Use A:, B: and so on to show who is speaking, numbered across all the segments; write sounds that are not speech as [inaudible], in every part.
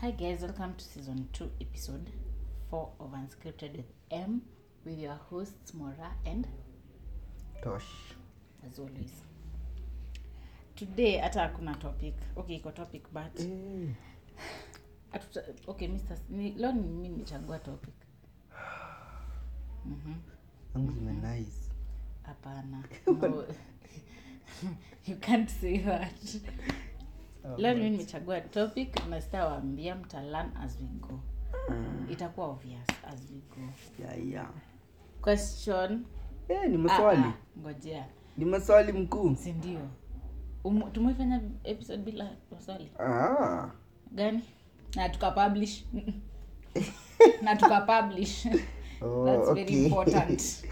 A: Hi guys, welcome to season 2, episode 4 of Unscripted with M with your hosts Mora and
B: Tosh.
A: as always. Today hata hakuna topic. Okay, iko topic but hatuta- okay, Mr. S- Ni, leo ni mimi nimechagua topic. Mhm.
B: Yangu zimenice.
A: Hapana. No. [laughs] you can't say that. Leo ni mimi nimechagua topic na sitawaambia mtalan as we go.
B: Ah,
A: Itakuwa obvious as we go.
B: Yeah, yeah.
A: Question
B: Eh, ni maswali.
A: Ah, ah, ngojea
B: Ni maswali mkuu.
A: sindio Um- tumeifanya episode bila maswali
B: Ah.
A: gani na tukapublish [laughs] na
B: [laughs]
A: tukapublish
B: Oh,
A: That's very important.
B: [laughs]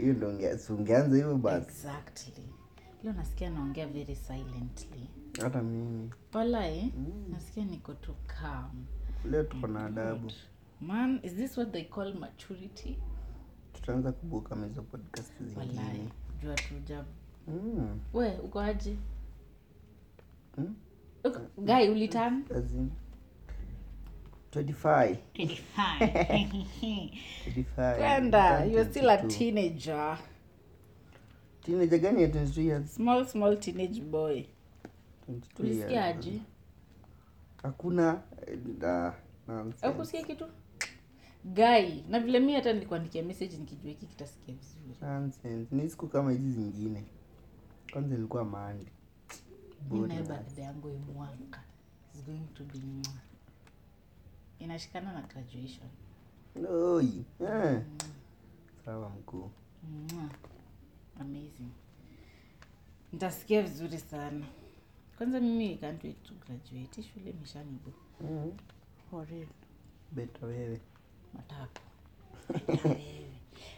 B: Hiyo ndio unge- si ungeanza hivyo basi.
A: exactly leo nasikia naongea very silently
B: Hata mimi.
A: palae
B: Mm.
A: nasikia niko tu calm
B: Leo tuko na adabu.
A: man is this what they call maturity
B: Tutaanza kubuka hizo podcast
A: walai
B: zingine.
A: jua tuja
B: Mm.
A: we uko aje
B: Hmm?
A: Uko- guy ulitan
B: As in 25.
A: [laughs]
B: 25.
A: Brenda,
B: Turn
A: you're still a
B: 22.
A: teenager.
B: Teenager gani ya 22 years?
A: Small, small teenage boy.
B: 22 years.
A: Ulisikiaje?
B: Hakuna eh, da. nonsense.
A: Au kusikia kitu? Gai, na vile mimi hata nilikuandikia message nikijua hiki kitasikia vizuri.
B: Nonsense. ni siku kama hizi zingine kwanza ilikuwa mandi
A: Mimi nayo birthday yangu hii mwaka. It's going to be mwaka. Inashikana na graduation.
B: Oi, eh. sawa mkuu
A: Mwah. Amazing. Nitasikia vizuri sana. Kwanza mimi I can't wait to graduate. Shule imeshanibu.
B: mm.
A: For real.
B: beta wewe
A: [laughs] matako Wewe.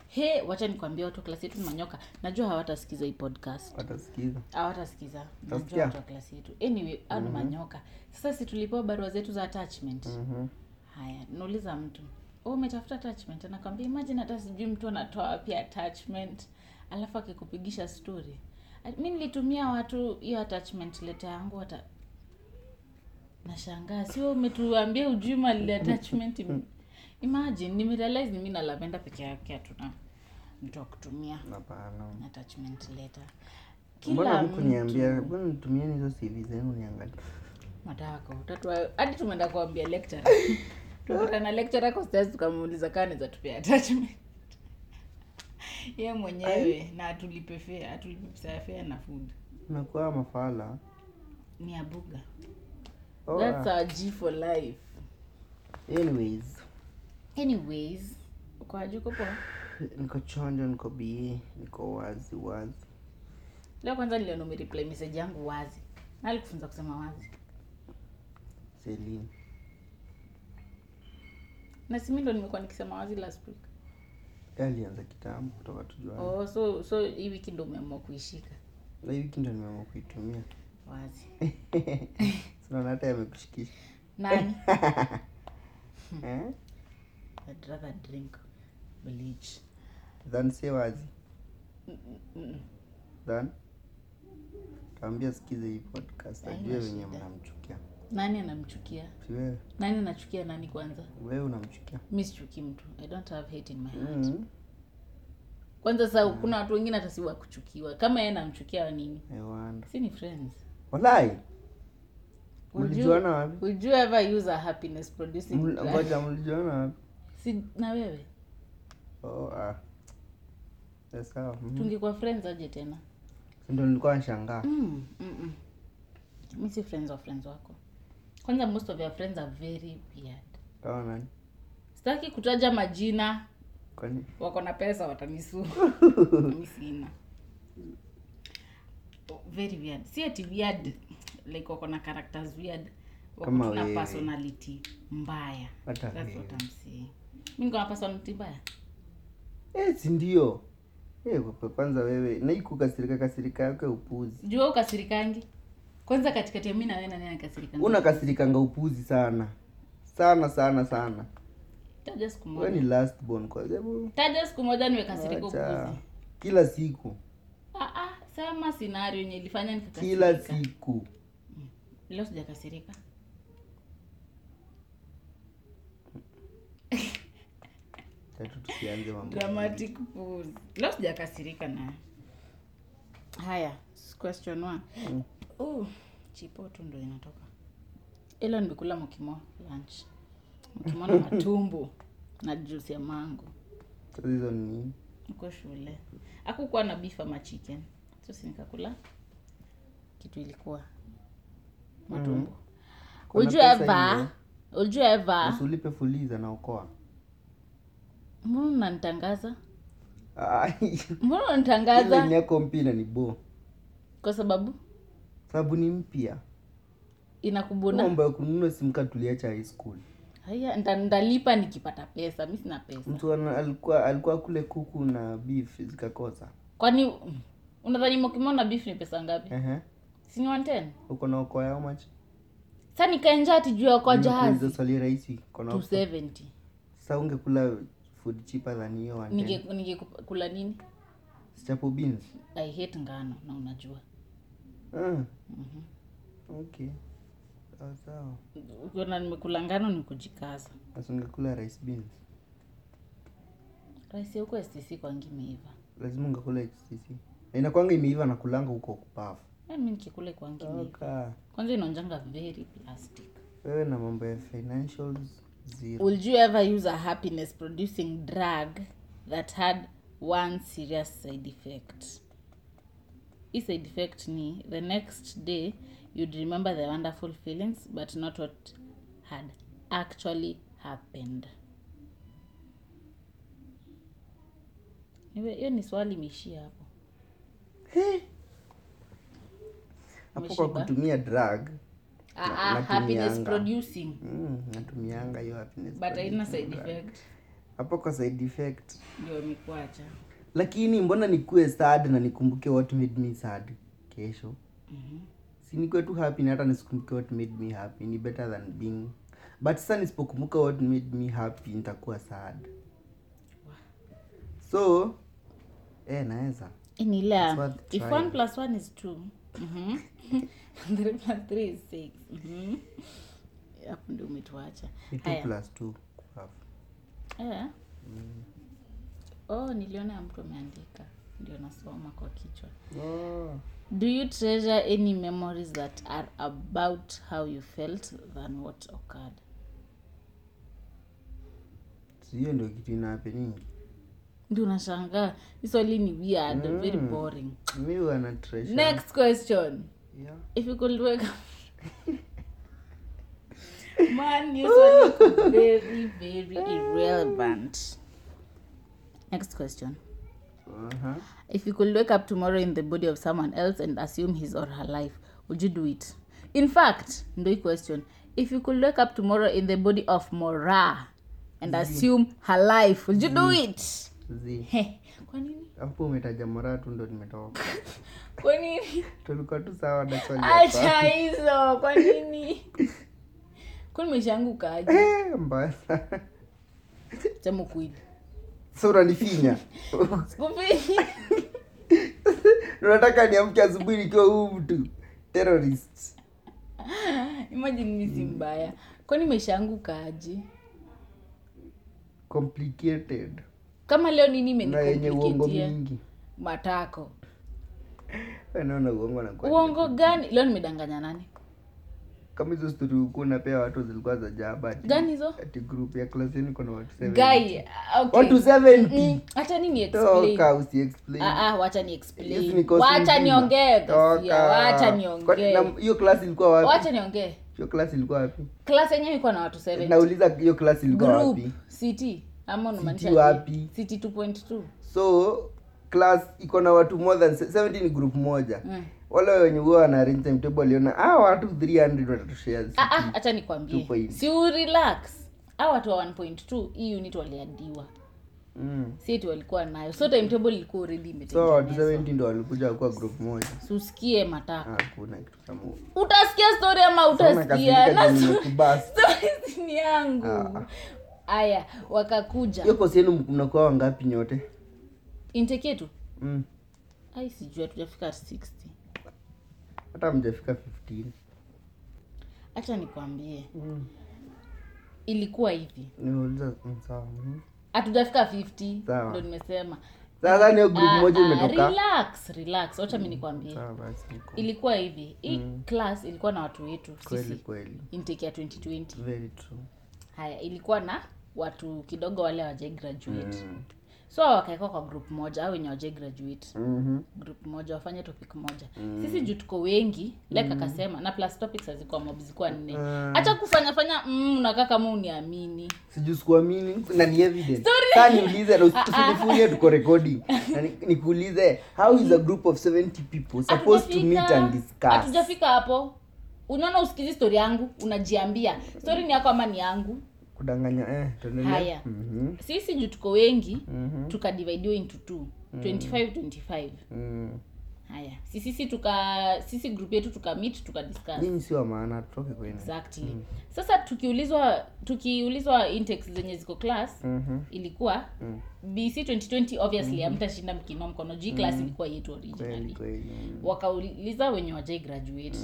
A: he wacha nikwambia watu wa klasi yetu ni manyoka najua hawatasikiza hii podcast
B: watasikiza
A: hawatasikiza najua
B: Utasikia?
A: watu wa klasi yetu anyway au ni manyoka sasa si tulipewa barua zetu za attachment
B: Mhm.
A: haya nauliza mtu "Oh, umetafuta attachment anakwambia imagine hata sijui mtu anatoa wapi attachment alafu akikupigisha story "Ah, mi nilitumia watu hiyo attachment leta yangu wata nashangaa sio umetuambia ujui mali attachment ime- imagine nimerealize ni mi na lavenda peke yake hatuna mtu wa kutumia
B: hapana
A: attachment letter
B: mbona
A: kila
B: mkuniambia mbona nitumieni hizo cv zenu niangalia
A: matako tatua hadi tumeenda kuambia lecturer tukutana na lecturer kwa stairs tukamuuliza kaa naweza tupea attachment [laughs] ye mwenyewe na atulipe fea atulipe pesa ya fea na food
B: umekuwa mafala
A: ni abuga
B: Oh,
A: that's
B: ah.
A: our g for life
B: anyways
A: anyways kwajuko poa
B: niko chonjo niko bie niko wazi wazi
A: leo kwanza niliona umereply message yangu wazi nalikufunza kusema wazi
B: selini
A: na simi ndo nimekuwa nikisema wazi last week
B: alianza kitambo kutoka tujuani
A: oh, so so hii wiki ndo umeamua kuishika
B: na hii wiki ndo nimeamua kuitumia
A: wazi
B: sinaona hata yamekushikisha
A: nani
B: eh?
A: I'd rather drink bleach.
B: than say wazi
A: Mm-mm.
B: than taambia sikize hii podcast
A: Haina
B: ajue venye
A: shida.
B: mnamchukia
A: Nani anamchukia?
B: si wewe
A: Nani anachukia nani kwanza?
B: wewe unamchukia
A: Mi sichukii mtu. I don't have hate in my heart.
B: Mhm.
A: Kwanza sasa kuna watu wengine hata si wa kuchukiwa. Kama yeye anamchukia wa nini?
B: I wonder.
A: Si ni friends.
B: Eh, walai
A: Would you-
B: mlijuana wapi
A: Would you ever use a happiness producing
B: Ml-
A: drug?
B: ngoja mlijuana wapi
A: Si na wewe?
B: oh, ah. Eh, sawa mhm.
A: Tungekuwa friends aje tena?
B: Si ndo nilikuwa nashangaa
A: Mm. Mm. Mi si friends wa friends wako. Kwanza most of your friends are very weird.
B: kama nani
A: Sitaki kutaja majina. [laughs]
B: kwani
A: wako na pesa watanisu mi sina very weird si ati weird like wako na characters weird wako
B: Kama
A: tu na
B: wewe.
A: personality mbaya
B: Hata
A: that's
B: wewe.
A: what I'm saying mi niko na personality mbaya
B: eh, sindio eh, kwa- kwanza wewe na hii kukasirika kasirika yako ya upuzi
A: jua ukasirikangi kwanza katikati ya mi na wewe nani anakasirikanga
B: unakasirikanga upuzi sana sana sana sana
A: taja siku
B: wewe
A: moja
B: ni last born kwa sababu
A: taja siku moja niwekasirika
B: Acha.
A: upuzi
B: kila siku
A: ah, ah, sama scenario yenye ilifanya
B: kila
A: nikakasirika
B: siku
A: leo sijakasirika
B: usianze mambo
A: dramatic pause leo sijakasirika na haya s- question one
B: Mm.
A: uh, chipo tu ndo inatoka ilo nilikula mkimo lunch mkimo na matumbo na juice ya mango
B: Sasa hizo ni
A: niko shule akukuwa na beef ama chicken sosi nikakula kitu ilikuwa matumbo
B: Mm. Kuna
A: would you
B: pesa
A: ever would you ever
B: usulipe fuliza naokoa
A: mbona unanitangaza
B: Ah,
A: mbona
B: ile
A: unanitangaza
B: ni yako mpira ni bo
A: kwa sababu
B: sababu ni mpya
A: inakubuna
B: mambo ya kununua simka tuliacha high school
A: haya nita- nitalipa nikipata pesa mi sina pesa
B: mtu ana- alikuwa alikuwa kule kuku na beef zikakosa
A: kwani mm, unadhani mokimo na beef ni pesa ngapi
B: Ehe.
A: sini 110
B: uko na okoa how much
A: sa nikaenja ati juu ya kwa
B: Nimekuuliza
A: jahazi
B: swali rahisi uko na okoa.
A: 270
B: sasa ungekula food cheaper than hiyo one ten.
A: Ninge- ningekula nini
B: Staple beans
A: i hate ngano na unajua Mhm.
B: Ah. okay sawa sawa
A: ukiona nimekula ngano ni kujikaza
B: Sasa ungekula rice beans
A: rahisi huko stc kwangi imeiva
B: lazima ungekula HCC na inakwanga imeiva na kulanga huko kupafu
A: Eh, mi nikikule kwangi imeiva
B: Toka.
A: kwanza inaonjanga very plastic
B: wewe na mambo ya financials zero
A: Would you ever use a happiness producing drug that had one serious side effect? Hii side effect ni the next day you'd remember the wonderful feelings but not what had actually happened. Niwe- Hiyo ni swali imeishia hapo.
B: hapo kwa
A: Umeshiba?
B: kutumia drug
A: Ah, ah, happiness
B: natumianga.
A: producing
B: mm, natumianga hiyo happiness
A: but haina
B: producing
A: side
B: drug.
A: effect
B: hapo kwa side effect
A: ndio imekuacha.
B: lakini mbona nikuwe sad na nikumbuke what made me sad kesho
A: Mhm.
B: si nikuwe tu happy na hata nisikumbuke what made me happy ni better than being but sasa nisipokumbuka what made me happy nitakuwa sad so eh, naweza
A: ni ile ya-
B: It's worth
A: if
B: trying.
A: one plus one is two Mhm. [laughs] three plus three is six Mhm. hapo ndio umetuacha
B: ni two
A: haya
B: plus two kufafu.
A: Eh. oh niliona ya mtu ameandika ndio nasoma kwa kichwa do you treasure any memories that are about how you felt than what occurred
B: So, hiyo ndio kitu inahapeningi
A: ndio unashangaa Hii swali ni weird very boring
B: mi huwa na treasure.
A: next question
B: Yeah.
A: if you could wake up man you sound like very very irrelevant next question
B: Uh-huh.
A: if you could wake up tomorrow in the body of someone else and assume his or her life would you do it in fact no question if you could wake up tomorrow in the body of mora and assume her life would you do it
B: Zi.
A: Heh, kwa nini
B: hapo umetaja mara tu ndo nimetoka [laughs]
A: kwa nini
B: tulikuwa tu sawa na swali ya
A: acha hizo kwa nini kwani maisha yangu kaaje
B: Eh, mbaya sana.
A: sema ukweli
B: Sasa
A: [laughs]
B: unanifinya
A: Skupi.
B: unataka niamke asubuhi nikiwa huu mtu terrorist
A: [laughs] imagine mi si mbaya kwani maisha yangu kaaje
B: complicated
A: kama leo nini
B: na yenye uongo
A: imenikompliketia
B: mingi
A: matako
B: Wewe naona uongo na kweli.
A: uongo gani leo nimedanganya nani
B: kama hizo stori hukuwa unapea watu zilikuwa za jaba ati-
A: gani hizo
B: ati group ya class yenu kuna watu 70.
A: gai okay.
B: watu 70
A: Mm, acha ni ni explain
B: toka usiexplain
A: Ah, ah, wacha ni
B: Hizi
A: explain
B: ni kosi
A: wacha
B: nzima.
A: niongee Ghasia,
B: Toka.
A: wacha
B: Kwani
A: niongee
B: na- hiyo class ilikuwa wapi
A: wacha niongee
B: hiyo class ilikuwa wapi
A: klasi yenyewe ilikuwa na watu 7
B: nauliza hiyo class ilikuwa
A: group
B: wapi
A: city ama unamaanisha
B: wapi?
A: city 2.2
B: so class iko na watu more than se- 70 ni group moja
A: Mm.
B: wale wenye huwa wana arrange timetable waliona ah watu 300 watatushare sisi."
A: Ah, ah, acha nikwambie
B: 2.2.
A: si u relax au watu wa 1.2 hii unit waliadiwa
B: mm.
A: sieti walikuwa nayo so timetable ilikuwa already
B: so watu
A: imetengenezwa
B: 70 ndo walikuja kuwa group moja
A: usikie mataka
B: Ah, hakuna kitu kama huo.
A: utasikia story ama
B: Sasa
A: utasikia
B: nakasirika
A: [laughs] na
B: juu
A: so-
B: nimekubasi.
A: stories ni
B: Ah,
A: yangu haya wakakuja
B: hiyo kosi yenu mk- mnakuwa wangapi nyote
A: intake yetu
B: mm.
A: ai sijui hatujafika 60
B: hata mjafika 15
A: hacha nikwambie
B: mm.
A: ilikuwa hivi
B: niuliza mm, sawa mm.
A: hatujafika 50
B: Sawa.
A: ndo nimesema
B: sasa niyo group
A: Ah,
B: moja
A: ah,
B: imetoka
A: relax relax wacha mi nikwambie
B: Sawa basi, niko-
A: ilikuwa hivi hii class ilikuwa na watu wetu
B: kweli
A: sisi
B: kweli
A: intake ya 2020
B: very true
A: haya ilikuwa na watu kidogo wale wajai graduate
B: Mm.
A: so wakaekwa kwa group moja au wenye wajai graduate
B: Mhm.
A: group moja wafanye topic moja
B: Mm.
A: sisi juu tuko wengi like akasema na plus topics hazikuwa mob zilikuwa nne
B: Mm.
A: hacha kufanya fanya mm, unakaa kama uniamini
B: sijui sikuamini na ni evident
A: Sorry.
B: saa niulize na usinifunye
A: [laughs]
B: tuko recording na ni- nikuulize how is a group of 70 people supposed to meet and discuss
A: hatujafika hapo unaona usikizi story yangu unajiambia story ni yako ama ni yangu
B: kudanganya eh tuendelee.
A: Haya.
B: Mhm.
A: sisi juu tuko wengi
B: Mhm.
A: tukadividiwa into two 25 25
B: Mm.
A: haya si sisi tuka sisi group yetu tukamit tukadiscuss
B: nyinyi si wa maana tutoke kwenu
A: exactly
B: Mm.
A: sasa tukiulizwa tukiulizwa intakes zenye ziko class
B: Mhm.
A: ilikuwa bc 2020 obviously hamtashinda mkinua mkono juu hii class ilikuwa yetu
B: Mm-hmm. kweli Mm-hmm.
A: originally
B: kweli
A: wakauliza wenye wajai graduate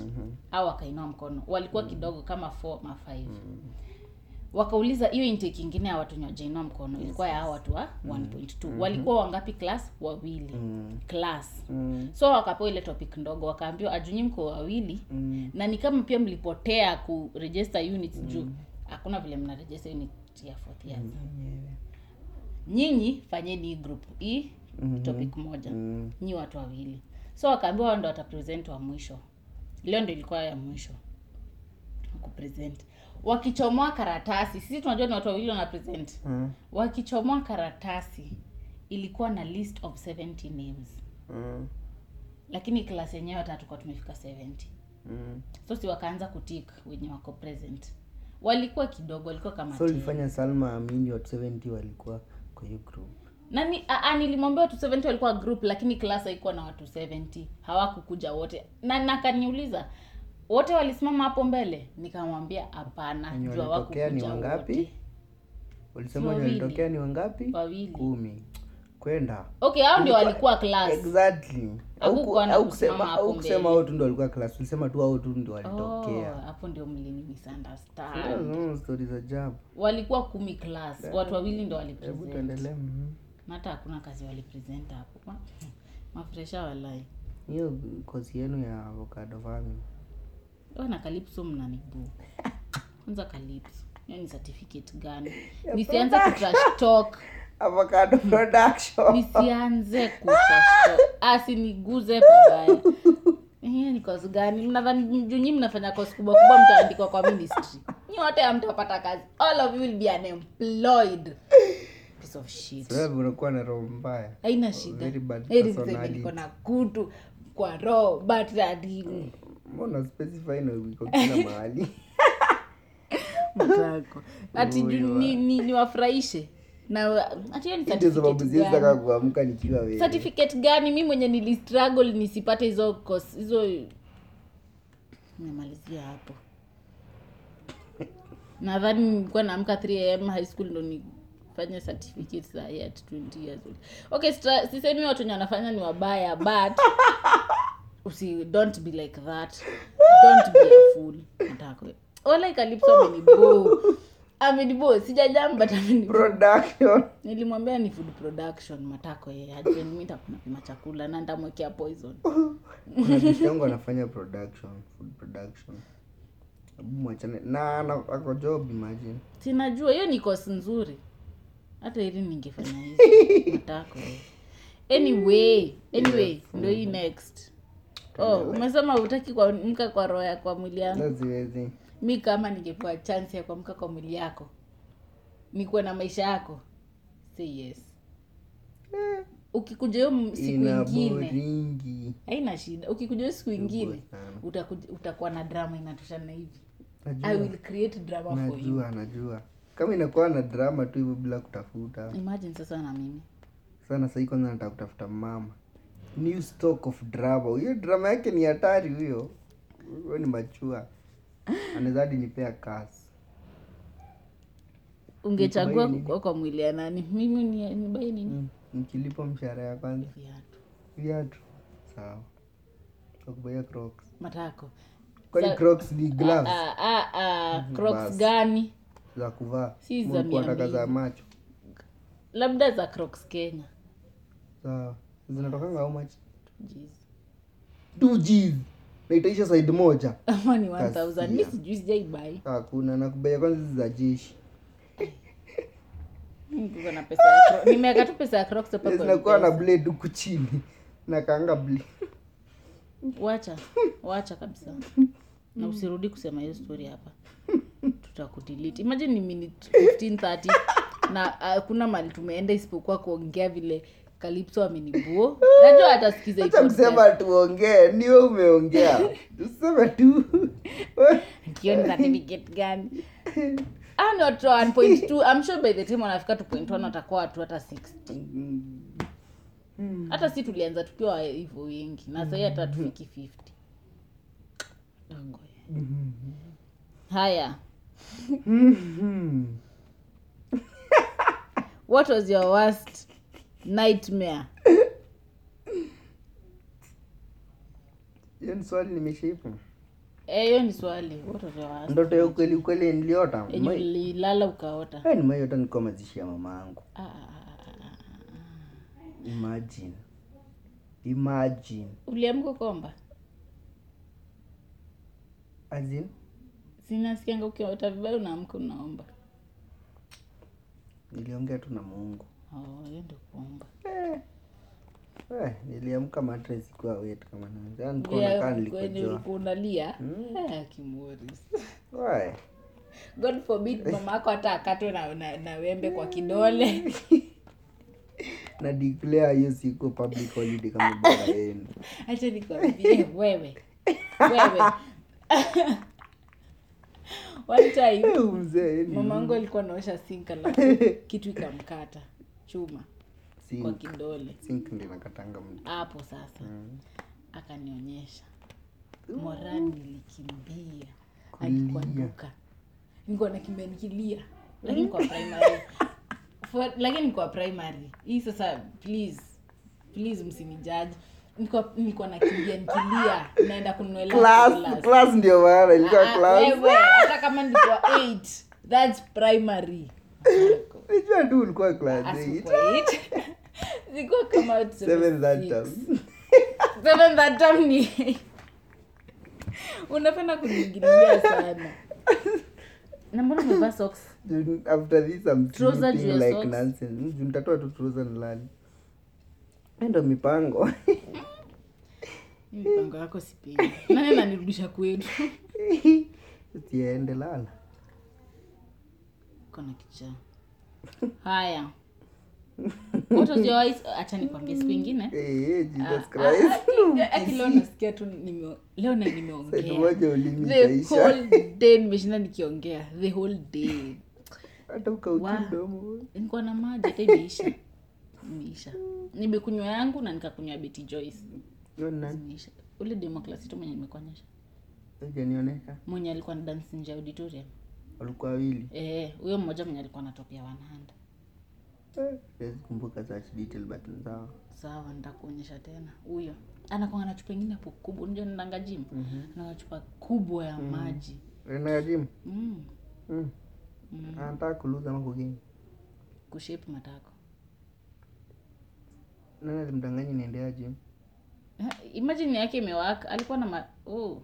A: au wakainua mkono walikuwa
B: Mm-hmm.
A: kidogo kama 4 ma 5 wakauliza hiyo intake ingine ya watu wenye wajainua mkono ilikuwa ya hao watu wa
B: Mm-hmm.
A: 1.2 walikuwa wangapi class wawili
B: Mhm.
A: class
B: Mm.
A: so wakapewa ile topic ndogo wakaambiwa ajunyi mko wawili
B: Mm.
A: na ni kama pia mlipotea ku register units juu hakuna vile mna register unit ya fourth year
B: Mm.
A: nyinyi fanyeni hii group hii topic moja
B: Mm.
A: nyi watu wawili so wakaambiwa wao ndo watapresent wa mwisho leo ndo ilikuwa ya mwisho kupresent wakichomoa karatasi sisi tunajua ni watu wawili wana present
B: Mm.
A: wakichomoa karatasi ilikuwa na list of 70 names
B: Mm.
A: lakini klasi yenyewe hata hatukuwa tumefika 70
B: Mm.
A: so si wakaanza kutik wenye wako present walikuwa kidogo walikuwa kama
B: so
A: 10.
B: ulifanya salma amini watu 70 walikuwa kwa hiyo group
A: na ni, a- a, nilimwambia watu 70 walikuwa group lakini class haikuwa na watu 70 hawakukuja wote na na akaniuliza wote walisimama hapo mbele nikamwambia hapana
B: Wenye
A: juu
B: walitokea ni
A: hawakukuja
B: wangapi?
A: wote.
B: walisema
A: Si
B: wenye
A: wawili.
B: walitokea ni wangapi
A: wawili
B: kumi kwenda
A: okay hao ndio walikuwa class
B: exactly au ku-
A: Hakukuwa na
B: au
A: kusimama
B: kusema
A: hapo
B: au kusema
A: mbele.
B: wao tu ndio walikuwa class ulisema tu wao tu ndio
A: Oh,
B: walitokea
A: hapo ndio mlini misunderstand
B: oh. stori za jabu
A: walikuwa kumi class watu wawili ndo
B: hebu
A: walipresent
B: tuendelee mhm.
A: na hata hakuna kazi walipresent hapo Ma- mafresha walai
B: hiyo kozi yenu ya avocado farming
A: [laughs] wana kalipso mnanibuu kwanza kalipso hiyo ni certificate gani nisianze kutrash talk
B: avocado production
A: nisianze kutrash talk Ah, asiniguze pabaya hiyo ni kozi gani mnadhani juu nyinyi mnafanya kozi kubwa kubwa mtaandikwa kwa ministry nyi wote hamtapata kazi all of you will be unemployed piece of shit
B: wewe unakuwa na roho mbaya
A: haina shida
B: Very bad
A: heri mseme
B: personality.
A: niko na kutu kwa roho but dadini
B: mbona specify na
A: [laughs]
B: uko kila mahali
A: mtako ati ju- ni, ni, niwafurahishe na wa- ati hiyo ni
B: ndio sababu
A: certificate
B: siwezi
A: gani?
B: taka kuamka nikiwa wewe
A: certificate gani mi mwenye nilistruggle nisipate hizo course- hizo nimemalizia hapo [laughs] nadhani nilikuwa naamka 3am high school ndo nifanye certificate saa hii at 20 years old okay stra- sisemi watu wenye wanafanya ni wabaya but [laughs] usi don't be like [laughs] that don't be a fool Nataka- Ola Calypso amenibo amenibo sijajamba but amenibo
B: production
A: nilimwambia ni food production matako yeye ajue mimi nitakuna pima chakula na nitamwekea poison
B: kuna bishi yangu anafanya production food production Hebu mwachane na na- ako job imagine
A: sinajua hiyo ni kosi nzuri hata ili ningefanya hizo matako yeye. anyway anyway ndo hii next oh umesema utaki kuamka kwa roho ya kwa mwili yangu
B: na siwezi
A: mi kama ningepewa chance ya kuamka kwa mwili yako nikuwe na maisha yako say yes ukikuja hiyo m- siku
B: ina
A: ingine
B: boringi
A: haina shida ukikuja hiyo siku ingine
B: sana.
A: utakuj- utakuwa na drama inatoshana hivi i
B: najua
A: will create drama for you
B: najua najua kama inakuwa na drama tu hivyo bila kutafuta
A: imagine sasa na mimi
B: sana sahii kwanza nataka kutafuta mama new stock of drama hiyo drama yake ni hatari huyo huyo ni machua anaweza hadi nipea kasi
A: ungechagua kukua kwa mwili ya nani mimi ni- nibae nini
B: Mm, nikilipa mshahara ya kwanza
A: viatu
B: viatu sawa takubaia crocs
A: matako
B: kwani crocs ni gloves
A: ah, ah,
B: Mhm.
A: ah, crocs
B: basi.
A: gani
B: za kuvaa
A: Si za
B: Mungu
A: mia
B: ataka
A: mbili.
B: za macho
A: labda za crocs kenya
B: sawa zinatokanga how much
A: Jeez. [laughs]
B: two Gs na itaisha side moja
A: ama ni 1000 mi
B: Kasikia.
A: sijui sijaibai
B: hakuna na kubaya kwanza hizi za jeshi
A: Mimi niko na pesa ya Crocs. nimeeka tu pesa ya crocs hapa kwa
B: zinakuwa na
A: M-Pesa.
B: blade huku chini [laughs] na kanga blade
A: wacha wacha kabisa na usirudi kusema hiyo story hapa tutakudelete imagine ni minute 1530 na uh, hakuna mali tumeenda isipokuwa kuongea vile kalipso amenibuo najua atasikiza hii
B: acha
A: podcast.
B: kusema tuongee niwe umeongea
A: [laughs]
B: useme tu [laughs]
A: Hiyo ni certificate gani Ah, ni watu wa 1.2 I'm sure by the time wanafika 2.1 watakuwa watu hata 60
B: Mm.
A: hata si tulianza tukiwa hivyo wengi na sahii hata tufiki 50 Dongo. haya
B: Mhm.
A: what was your worst nightmare
B: hiyo ni swali nimeshaipa
A: Eh, hiyo ni swali what was your worst
B: ndoto ya ukweli ukweli niliota Yaani
A: yenye ulilala ukaota
B: Haya ni mayota nilikuwa mazishi ya mama yangu
A: Ah, ah, ah, ah, ah.
B: imagine imagine
A: uliamka ukaomba
B: as in
A: sinasikianga ukiota vibaya unaamka unaomba
B: niliongea tu na mungu
A: Oh, hiyo ndio kuomba
B: eh, niliamka matres ikuwa wet kama nani. Yaani nilikuwa
A: Vya-
B: nakaa
A: kwenye
B: nilikojoa
A: ulikuwa unalia
B: Mm.
A: Ah, kimoris
B: Why?
A: [laughs] god forbid mama yako hata akatwe na, na, na wembe kwa kidole [laughs]
B: na declare hiyo siku public holiday kama baba yenu
A: hacha nikwambie wewe wewe [laughs] one time
B: Eh, huyu mzee yani.
A: mamangu alikuwa naosha sinka la kitu ikamkata chuma kwa
B: Sink.
A: kidole
B: Sink ndio nakatanga mtu
A: hapo sasa
B: Mm.
A: akanionyesha morani nilikimbia
B: Kulia.
A: alikuwa duka nilikuwa nakimbia
B: Mm.
A: nikilia lakini kwa primary For, lakini kwa primary hii sasa please please msinijaji nilikuwa nilikuwa nakimbia nikilia naenda kununua elastic
B: class
A: glass.
B: class ndio maana ilikuwa
A: Ah,
B: class
A: wewe, hata kama nilikuwa 8 that's primary
B: nijua tu ulikuwa
A: Ah,
B: class eight.
A: asikuwa [laughs] 8 sikuwa kama tuseme
B: Seven that
A: six.
B: time.
A: Seven that time ni unapenda kuniingilia sana na mbona umevaa socks
B: [laughs] Juu after this I'm
A: Trouser juu ya
B: sleeping like
A: socks.
B: nonsense. Juu nitatoa tu trouser nilale. Hiyo ndio mipango. [laughs]
A: Hii mipango yako sipendi nani ananirudisha kwetu
B: [laughs] Usiende lala.
A: kona kichaa haya what was your eyes acha nikwambie siku ingine
B: Eh, eh, Jesus
A: Ah, ah, [laughs]
B: Christ.
A: ah,
B: [laughs]
A: ah, leo nasikia tu nime- leo na
B: Siku
A: nimeongea
B: moja ulimi
A: the
B: itaisha.
A: whole day nimeshinda nikiongea the whole day
B: Hata ukauki
A: Wow.
B: mdomo.
A: nilikuwa na maji hata imeisha imeisha nimekunywa yangu na nikakunywa beti joyce
B: Hiyo ni nani?
A: zimeisha ule democlasito mwenye nimekuonyesha
B: Hujanionyesha. nionesha
A: mwenye alikuwa na dansi nje ya auditorium
B: walikuwa wawili
A: Eh, huyo mmoja mwenye alikuwa anatokea wanahanda
B: Eh, siwezi kumbuka such detail but ni sawa
A: sawa nitakuonyesha tena huyo anakwanga na chupa ingine hapo kubwa unajua ninaanga gym ana chupa kubwa ya maji
B: Unaenda gym?
A: mm.
B: Mm.
A: Mm.
B: anataka kuluza ama kugain
A: kushape matako
B: nani alimdanganya niendea gym
A: Ha, Eh, imagine yake imewaka alikuwa na ma- oh.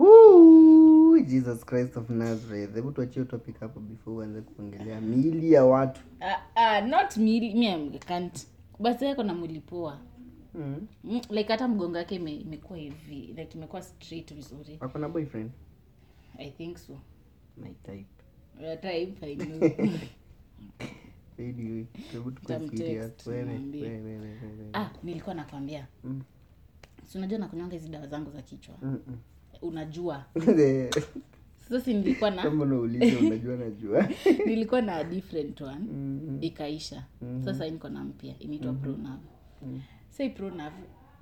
B: Ooh, jesus christ of nazareth hebu tuachie topic hapo before uanze kuongelea miili ya watu
A: ah, ah, not mili mi am- can't basi yako na mwili poa
B: mm.
A: mm, like hata mgongo yake ime- imekuwa hivi like imekuwa straight vizuri
B: wako na boyfriend
A: i think so
B: my type
A: hata if i know
B: Really, we- hebu tukue
A: Nitamtext,
B: serious. Wewe,
A: nimwambie.
B: wewe, wewe, wewe.
A: ah nilikuwa nakwambia
B: Mm.
A: si unajua nakunywanga hizi dawa zangu za kichwa
B: Mm-mm.
A: unajua
B: The-
A: sasa si nilikuwa
B: [laughs]
A: na
B: kama unauliza unajua najua
A: nilikuwa na a different one
B: Mm,
A: ikaisha sasa hii niko na mpya inaitwa pronav sa hii pronav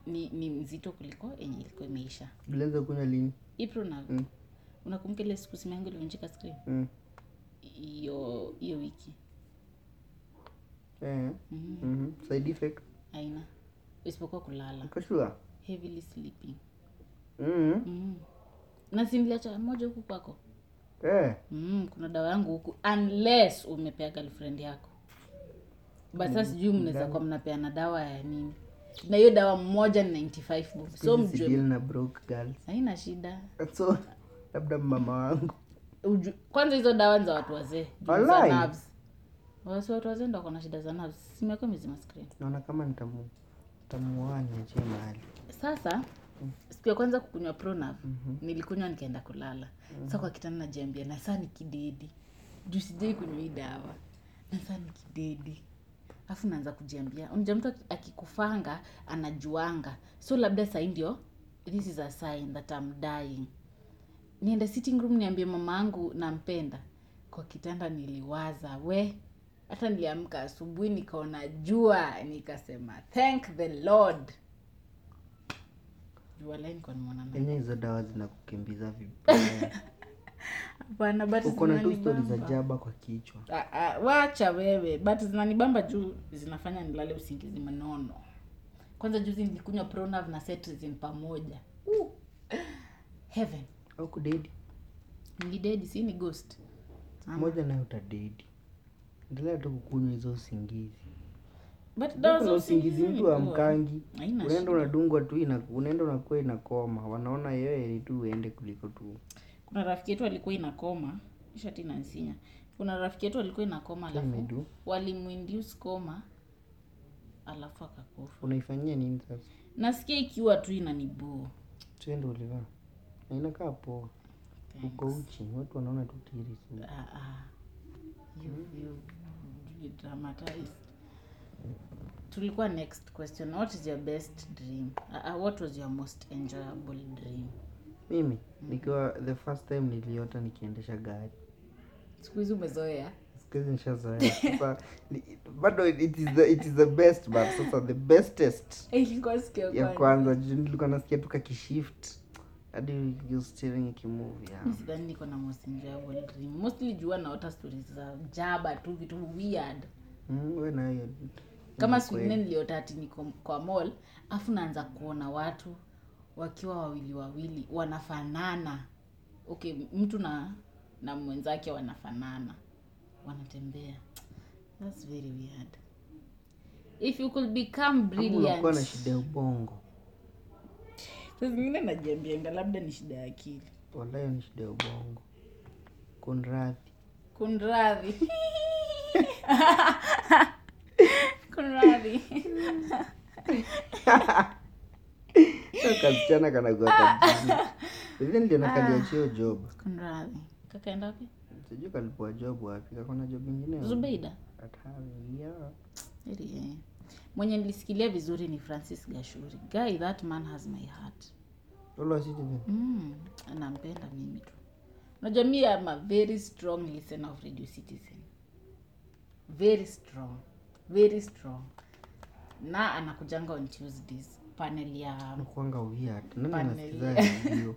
A: ni, ni mzito kuliko yenye ilikuwa imeisha
B: ulianza kunywa lini
A: hii pronav
B: Mm.
A: unakumbuka ile siku simu yangu ilivunjika screen
B: Mm.
A: hiyo hiyo wiki
B: Eh,
A: mm.
B: mhm. side effect
A: aina isipokuwa kulala
B: Uko sure?
A: heavily sleeping
B: Mm.
A: mm. na simliacha moja huku kwako
B: Eh.
A: mm, kuna dawa yangu huku unless umepea girlfriend yako but sasa sijui mnaweza kuwa mnapeana dawa ya nini na hiyo dawa mmoja ni 95 bob so
B: Siwezi
A: mjue
B: deal na broke girls.
A: haina shida
B: So labda mama wangu
A: Uju... kwanza hizo dawa ni za watu wazee juu za
B: Walai.
A: nerves wasi watu wazee ndo wako na shida za nerves simekuwa imezima screen
B: naona kama nitamu- nitamuoa niachie mahali
A: sasa siku ya kwanza kukunywa pronav nilikunywa nikaenda kulala sa kwa kitanda najiambia na saa ni kidedi juu sijai kunywa hii dawa na saa ni kidedi alafu naanza kujiambia unajua mtu aki- akikufanga anajuanga so labda sai ndio this is a sign that I'm dying niende sitting room niambie mama angu nampenda kwa kitanda niliwaza we hata niliamka asubuhi nikaona jua nikasema thank the lord jua leo niko nimeona na-
B: enye Yaani hizo dawa
A: [laughs]
B: zinakukimbiza vibaya
A: Hapana, but
B: uko na tu stori za
A: zinanibamba.
B: jaba kwa kichwa
A: Ah, ah, wacha wewe but zinanibamba juu zinafanya nilale usingizi mnono kwanza juzi nilikunywa pronav na cetirizine pamoja uh. heaven
B: au kudedi
A: nilidedi si ni ghost
B: moja nayo utadedi endelea tu kukunywa hizo usingizi
A: but dawa
B: na
A: za
B: usingizi
A: usingizi ni
B: mtu
A: poa.
B: amkangi
A: Haina
B: unaenda unadungwa tu ina- unaenda unakuwa inakoma wanaona yeye ni tu uende kuliko tu
A: kuna rafiki yetu alikuwa inakoma shati nansinya kuna rafiki yetu alikuwa inakoma
B: Imedu.
A: alafu walimuindius koma alafu akakufa
B: unaifanyia nini sasa
A: nasikia ikiwa tu inanibuu
B: tuende ulivaa na inakaa poa uko uchi watu wanaona tu tiri tu.
A: Ah, ah. You- you- you dramatized. tulikuwa next question what is your best dream uh, uh, what was your most enjoyable dream
B: mimi nikiwa the first time niliota nikiendesha gari
A: siku hizi umezoea [laughs]
B: Siku hizi nishazoea Sasa, ni- bado it is the, it is the best but sasa the bestest
A: ilikuwa siku ya
B: ya
A: kwanza.
B: kwanza juu nilikuwa nasikia tu kakishift hadi hiyo steering ikimove yeah.
A: Mi sidhani niko na most enjoyable dream mostly jua naota stories za jaba tu vitu weird
B: mm, we nayo Mm,
A: kama siku ingine niliota ati niko kwa mall afu naanza kuona watu wakiwa wawili wawili wanafanana okay mtu na na mwenzake wanafanana wanatembea thats very weird if you could become
B: Kama unakuwa na
A: brilliant
B: shida ya ubongo
A: saa zingine najiambianga labda ni shida ya akili
B: walayo ni shida ya ubongo kunradhi [laughs]
A: kunradhi [laughs] kunradhi [laughs]
B: kasichana kanagua vile
A: Ah.
B: niliona kaliachio job
A: kunradhi kakaenda wapi
B: sijui kalipua job wapi kakona job ingine
A: zubeida
B: hatari yeah.
A: Heri yeye. mwenye nilisikilia vizuri ni francis gashuri guy that man has my heart
B: Ule wa Citizen.
A: mm, nampenda mimi tu unajua mi am a very strong listener of radio citizen very strong very strong na anakujanga on tuesdays panel ya
B: nakuanga weird
A: Panel.
B: nani anasikiza
A: [laughs]
B: redio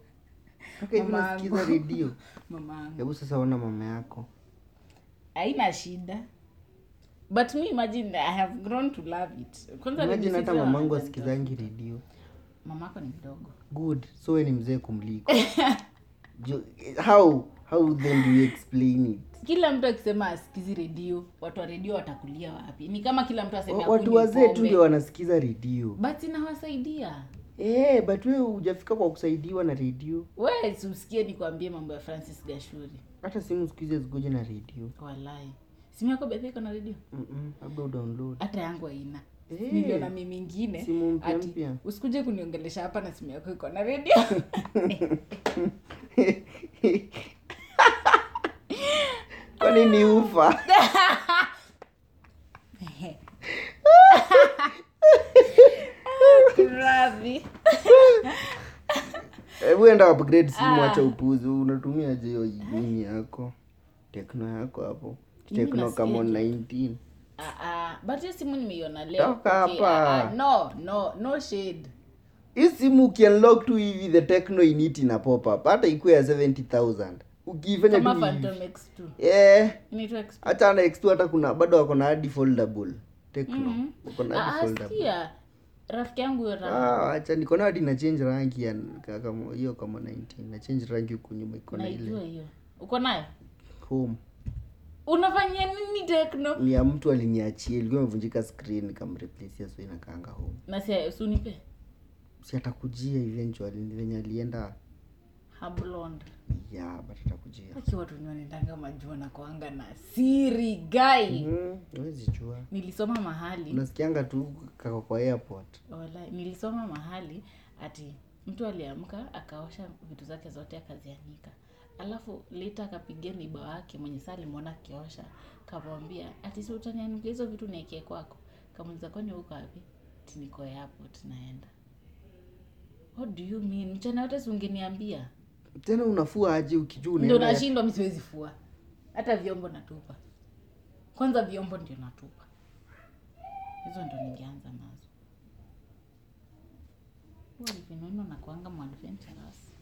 B: kaka hivi
A: Mama
B: unasikiza redio
A: mamangu
B: hebu sasa ona mama yako
A: haina shida but me imagine i have grown to love it kwanza
B: imagine
A: Radio
B: hata
A: Citizen
B: mamangu
A: wanapenda-
B: asikizangi redio
A: mamako ni mdogo
B: good so we ni mzee kumliko
A: [laughs]
B: Jo- how how then do you explain it
A: kila mtu akisema asikizi redio watu wa redio watakulia wapi ni kama kila mtu aseme
B: Wa-
A: akunywi
B: watu wazee tu
A: pombe.
B: ndio wanasikiza redio
A: but inawasaidia
B: eh but wewe hujafika kwa kusaidiwa na redio
A: we usikie nikwambie mambo ya francis gashuri
B: hata simu siku hizi zikuje na redio
A: walai simu yako bedha iko na redio
B: Mm-mm, labda udownload
A: hata yangu haina
B: Eh.
A: niliona mi mingine
B: Simu mpya
A: ati,
B: mpya.
A: usikuje kuniongelesha hapa na simu yako iko na redio [laughs]
B: kwani ni
A: [laughs]
B: ufa
A: radhi
B: hebu enda upgrade simu
A: Ah.
B: acha upuzi unatumia je hiyo nini yako tekno yako hapo
A: Mimi
B: tekno
A: nasikia
B: kama
A: tu.
B: 19
A: Ah, ah, but hiyo simu nimeiona leo
B: Toka
A: Okay,
B: hapa.
A: ah, ah, no no no shade
B: hii simu ukiunlock tu hivi E the techno in it ina pop up hata ikuwe ya 70000 ukiifanya
A: kama
B: tu hivi
A: phantom x2
B: eh
A: inaitwa X2.
B: hata na x2 hata kuna bado wako na hadi foldable techno wako na hadi
A: Ah,
B: foldable
A: sikia rafiki yangu huyo Ra-
B: ah acha niko na hadi na change rangi ya ka- kama hiyo kama 19 na change rangi huko nyuma iko na ile
A: naijua hiyo uko nayo
B: home
A: unafanyia nini tekno
B: ni ya mtu aliniachia ilikuwa imevunjika screen nikamreplasia so inakaanga home
A: na si- si unipe
B: si atakujia eventually ni venye alienda
A: hablond
B: ya but atakujia
A: aki watu wenye wanaendanga majua na kuanga na siri gai
B: mm, wezi jua
A: nilisoma mahali
B: unasikianga tu kako kwa airport
A: Walai, nilisoma mahali ati mtu aliamka akaosha vitu zake zote akazianika, alafu lita akapigia miba wake mwenye saa alimwona akiosha, kamwambia ati si utanianika hizo vitu niekie kwako. Kamuuliza kwani uko wapi? Ati niko airport naenda. What do you mean? Mchana yote si ungeniambia?
B: tena unafua aje ukijua
A: Ndio
B: unaenda-
A: nashindwa, mimi siwezi fua hata vyombo, natupa kwanza, vyombo ndio natupa. Hizo ndo ningeanza nazo. Walivinono na kuanga mwadventurous.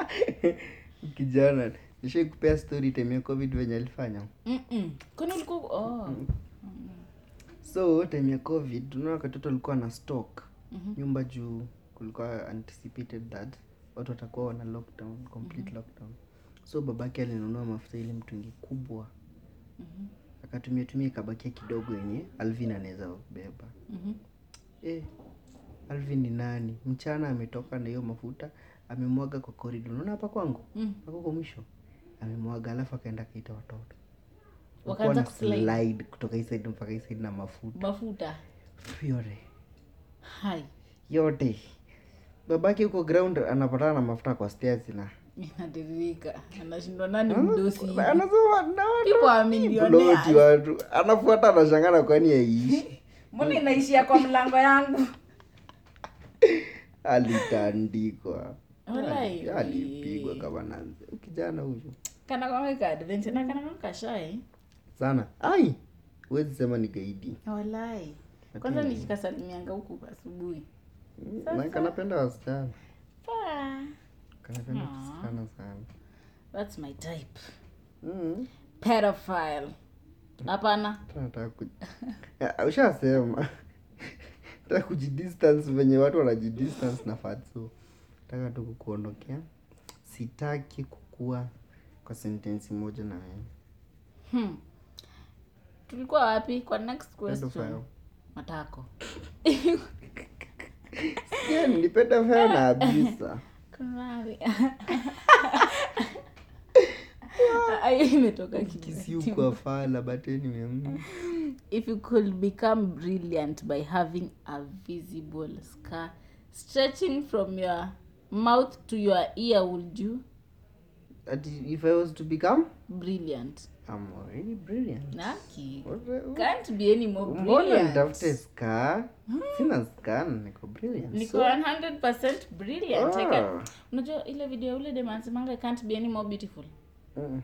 B: [laughs] kijana nishai kupea story time ya covid venye alifanya
A: Mm-mm. Kwani ulikuwa oh.
B: so time ya covid unaona katoto alikuwa na stock
A: Mhm.
B: nyumba juu kulikuwa anticipated that watu watakuwa wana lockdown complete
A: Mhm.
B: lockdown so babake alinunua mafuta ile mtungi kubwa
A: Mhm.
B: akatumia tumia ikabakia kidogo yenye alvin anaweza beba
A: Mhm.
B: eh, alvin ni nani mchana ametoka na hiyo mafuta amemwaga kwa korido unaona hapa kwangu
A: Mm.
B: hapa kwa mwisho amemwaga alafu akaenda akaita watoto
A: Wakaanza
B: Walikuwa
A: kuslide.
B: slide kutoka hii side mpaka hii side na mafuta
A: Mafuta.
B: yote
A: Hai. [laughs]
B: yote babake huko ground anapatana na mafuta kwa stairs na
A: Inatiririka. Anashindwa nani mdosi. hivi?
B: anasema "No, no,
A: People are
B: people
A: millionaires."
B: don't want to." anafuata anashangana kwani yaishi
A: Mbona inaishia kwa mlango yangu? [laughs]
B: alitandikwa
A: Walai.
B: alipigwa kama nanze kijana huyo
A: Kana kwanga ka adventure na kana kwanga kashai.
B: sana ai huwezi sema ni gaidi
A: Walai. Kwanza nikikasalimianga huku asubuhi.
B: Na kanapenda wasichana
A: Pa.
B: kanapenda wasichana sana
A: That's my type.
B: Mm,
A: Pedophile. Hapana.
B: hata nataka ku- [laughs] Ah, ushasema [laughs] nataka kujidistance venye watu wanajidistance na fatso nataka tu kukuondokea sitaki kukua kwa sentensi moja na wewe
A: Hmm. Tulikuwa wapi kwa next question?
B: Pedophile.
A: Matako.
B: Sikia, nilipenda feo na abisa
A: [laughs] Kunrari. Ayo imetoka kidogo.
B: kisiukwa fala but anyway mm.
A: If you could become brilliant by having a visible scar stretching from your mouth to your ear, would you?
B: Ati if i was to become
A: Brilliant.
B: i'm already brilliant
A: Naki.
B: What the-
A: Can't be any more
B: mbona
A: brilliant.
B: nitafute ska sina ska na niko brilliant
A: niko
B: So,
A: 100 brilliant I can-
B: Ah.
A: unajua ile video ya ule demansemanga can't be any more beautiful
B: mm,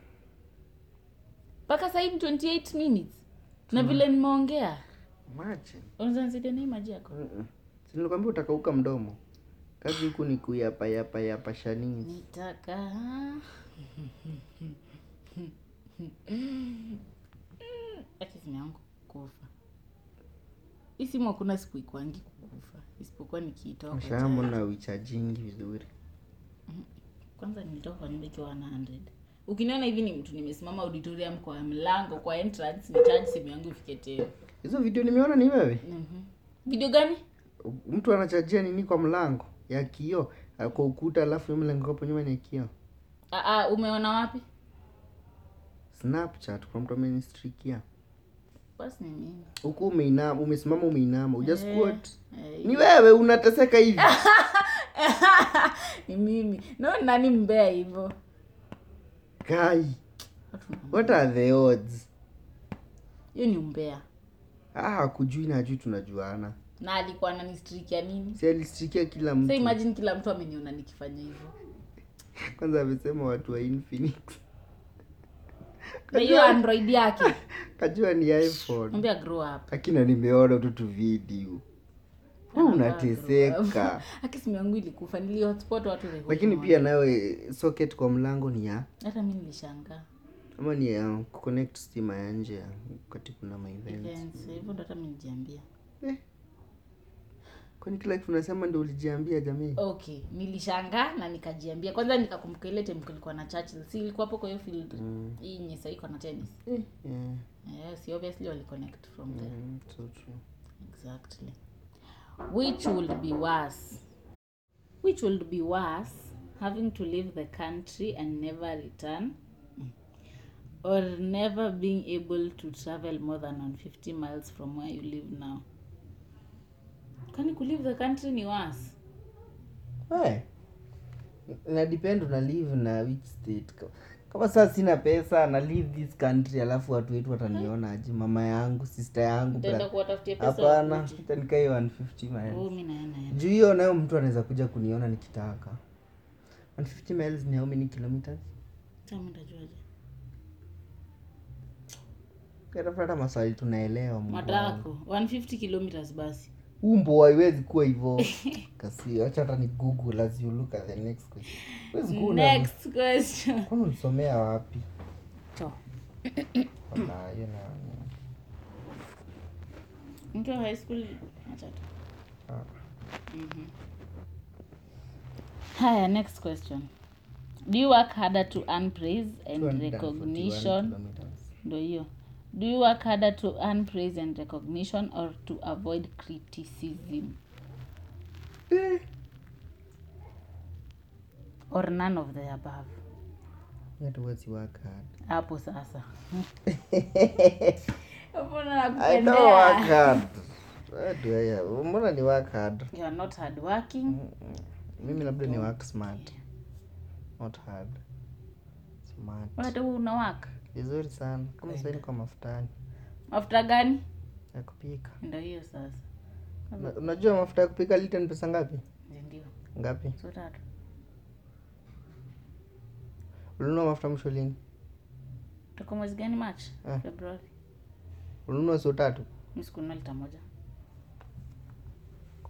A: mpaka sahii ni 28 minutes na
B: Hmm.
A: vile nimeongea
B: imagine.
A: unazanzidia nai maji yako
B: Mm-mm. Si nilikwambia utakauka mdomo kazi huku ni kuyapayapayapa shani
A: nitaka [laughs] aki simu yangu kufa hii simu hakuna siku ikwangi kufa isipokuwa nikiitoa kwa charge.
B: shaamona uichajingi vizuri
A: kwanza nilitoka kwa nyumba ikiwa 100 ukiniona hivi ni mtu nimesimama auditorium kwa mlango kwa entrance nichaji simu yangu ifike teo
B: hizo video nimeona ni wewe
A: mm-hmm. video gani
B: mtu anachajia nini kwa mlango ya kioo ah, kwa ukuta alafu hiyo mlango hapo nyuma ni ya kioo
A: Aa, Ah, umeona wapi
B: snapchat kuna mtu amenistrikia
A: basi ni mimi
B: huku umeinama umesimama umeinama uja squat
A: Eh,
B: ni wewe unateseka hivi
A: [laughs] ni mimi no nani mbea hivyo
B: kai what are the odds
A: hiyo ni umbea
B: ah kujui na juu tunajuana
A: na alikuwa ananistrikia nini
B: si alistrikia kila
A: sa
B: mtu
A: imagine kila mtu ameniona nikifanya hivyo
B: [laughs] kwanza amesema watu wa Infinix [laughs]
A: na hiyo android yake
B: kajua ni iphone
A: ambia grow up
B: lakini nimeona tu tu video Wewe unateseka
A: aki simu yangu ilikufa nili hotspot watu the whole
B: lakini
A: morning.
B: pia nawe socket kwa mlango ni ya
A: hata mi nilishangaa
B: ama ni ya kuconnect stima ya nje ya wakati kuna maevent
A: Events, hivyo ndo hata mi nijiambia
B: Eh. kwani kila kitu unasema ndio ulijiambia jamii
A: okay nilishangaa na nikajiambia kwanza nikakumbuka ile time kulikuwa na churchill si ilikuwa hapo kwa hiyo field
B: Mm.
A: hii yenye sahii iko na tennis
B: yeah.
A: yes, obviously waliconnect from there
B: mm, so true.
A: exactly which would be worse which would be worse having to leave the country and never return or never being able to travel more than on 50 miles from where you live now kwani ku leave the country ni worse
B: Hey. Eh. na depend una live na which state Ka- kama saa sina pesa na leave this country alafu watu wetu wataniona aje mama yangu sister yangu
A: utaenda
B: bra-
A: kuwatafutia Hmm. pesa
B: hapana tanika hiyo 150 miles
A: oh, mi naenda naenda.
B: juu hiyo nayo mtu anaweza kuja kuniona nikitaka 150 miles ni how many kilometers
A: Sasa mi nitajuaje?
B: Mm-hmm. katafuta hata maswali tunaelewa mbwa.
A: matako 150 kilometers
B: [laughs]
A: basi
B: umbo haiwezi kuwa
A: [laughs]
B: hivyo kasi acha hata ni google as you look at the next question huwezi kuwa una-
A: next
B: [laughs]
A: question
B: kwani ulisomea wapi
A: to
B: Wala, hiyo na-
A: mtu wa high school acha tu.
B: Ah.
A: Haya, next question. Do you work harder to earn praise and
B: 241
A: recognition?
B: kilometers.
A: Ndio hiyo. Do you work harder to earn praise and recognition or to avoid criticism
B: Eh,
A: or none of the above?
B: that was your card.
A: Hapo
B: [laughs]
A: sasa. Hapo
B: I don't work
A: nakupendea.
B: hard. What do I have? mbona ni work hard
A: You are not hardworking.
B: mimi labda ni work smart not hard smart
A: Wewe una work.
B: vizuri sana kama sahii niko mafutani
A: Mafuta gani?
B: ya kupika
A: Ndio hiyo sasa.
B: Na- unajua mafuta ya kupika lita ni pesa ngapi
A: Ndio.
B: ngapi
A: So tatu.
B: ulinunua mafuta mwisho lini
A: Tuko mwezi gani March?
B: Eh.
A: February.
B: ulinunua sio tatu
A: Mimi sikununua lita moja.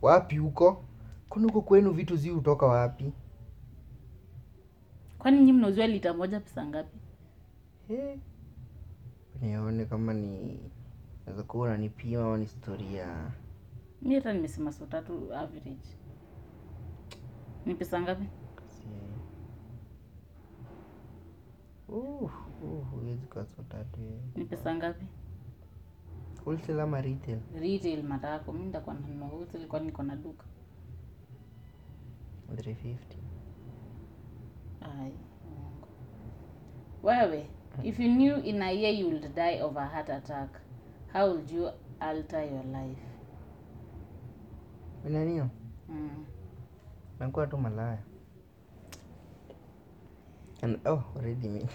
B: wapi huko kwani huko kwenu vitu zi hutoka wapi
A: Kwani nyinyi mnauzia lita moja pesa ngapi?
B: Eh, nione kama ni naweza kuwa unanipima au ni historia
A: mi hata nimesema so tatu average ni pesa ngapi
B: huwezi kwa so tatu eh.
A: ni pesa ngapi
B: wholesale ama retail
A: retail matako mi ndakuwa nanunua wholesale kwani niko na duka
B: 350
A: ai Mungu. wewe if you knew in a year you would die of a heart attack how would you alter your life
B: unanio
A: mm.
B: nakuwa tu malaya And, oh, already me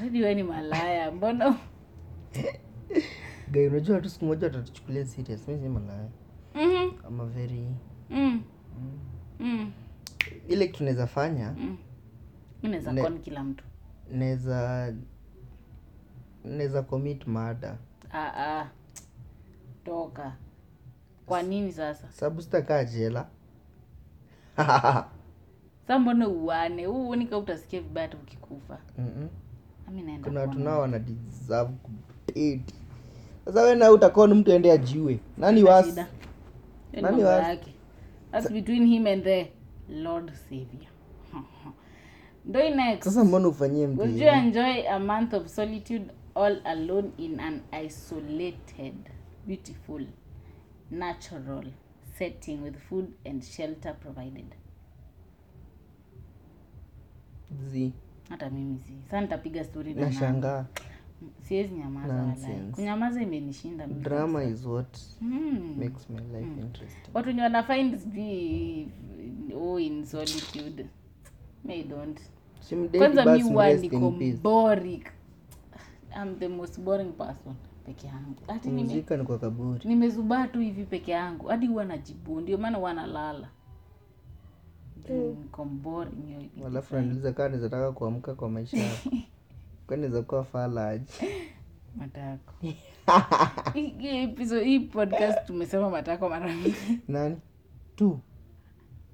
A: hadi wewe ni malaya mbona
B: Guy, unajua tu siku moja watatuchukulia serious mi si malaya
A: Mhm,
B: ama very
A: mm, mm,
B: ile kitu naweza fanya
A: mm. mi naweza
B: Ne-
A: kon kila mtu
B: naweza naweza commit mada
A: ah, ah. toka kwa nini sasa
B: sababu sitakaa jela [laughs]
A: sa mbona uane huu uoni ka utasikia vibaya hata ukikufa
B: Mm-mm.
A: ami naenda
B: kuna watu
A: kuona.
B: nao wana deserve kupeti sasa we na utakuwa ni mtu ende ajiwe nani was
A: Shida. Hiyo ni mambo
B: Nani was-
A: yake. That's between him and the lord savior [laughs] ndoi next
B: sasa mbona ufanyie mtu
A: would you
B: hivi?
A: enjoy a month of solitude all alone in an isolated beautiful natural setting with food and shelter provided
B: Zi,
A: hata mimi si saa nitapiga stori na na-
B: nashangaa
A: siwezi nyamaza walai
B: Nonsense.
A: kunyamaza imenishinda mimi.
B: drama is what
A: Mm.
B: makes my life interesting
A: watu wenye wanafind sijui oh, in solitude May don't kwanza mi huwa niko
B: simdaikumzika
A: boring I'm the most boring person peke yangu hati nime,
B: ni kwa kaburi
A: nimezubaa tu hivi peke yangu hadi huwa najibu ndio maana huwa nalala Juu niko boring hiyo hivi.
B: alafu naniuliza kaa naweza taka kuamka kwa maisha
A: [laughs]
B: yako kwa naweza kuwa falaji
A: matako Hii- hii episode- hii podcast tumesema matako mara mingi
B: nani tu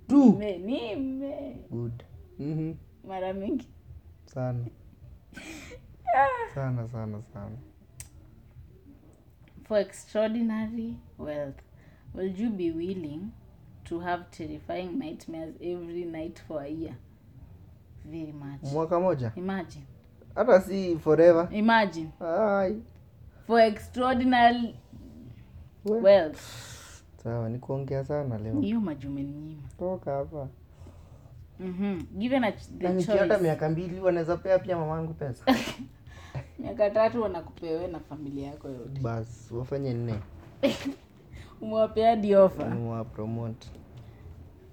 B: tu
A: Nime- nime
B: good Mhm.
A: mara mingi
B: sana
A: [laughs]
B: sana sana sana
A: for extraordinary wealth, will you be willing to have terrifying nightmares every night for a year very much
B: mwaka moja
A: imagine
B: hata si forever
A: imagine
B: Ai,
A: for extraordinary
B: we.
A: wealth
B: sawa ni kuongea sana leo
A: hiyo majumenyima
B: toka hapa
A: mm-hmm. given a ch-
B: Na
A: the
B: nikienda
A: choice
B: miaka mbili wanaweza pea pia mamangu
A: [laughs]
B: pesa
A: miaka tatu wanakupewe na familia yako yote
B: bas wafanye nne
A: umewapea diofa
B: Mm. niwapromote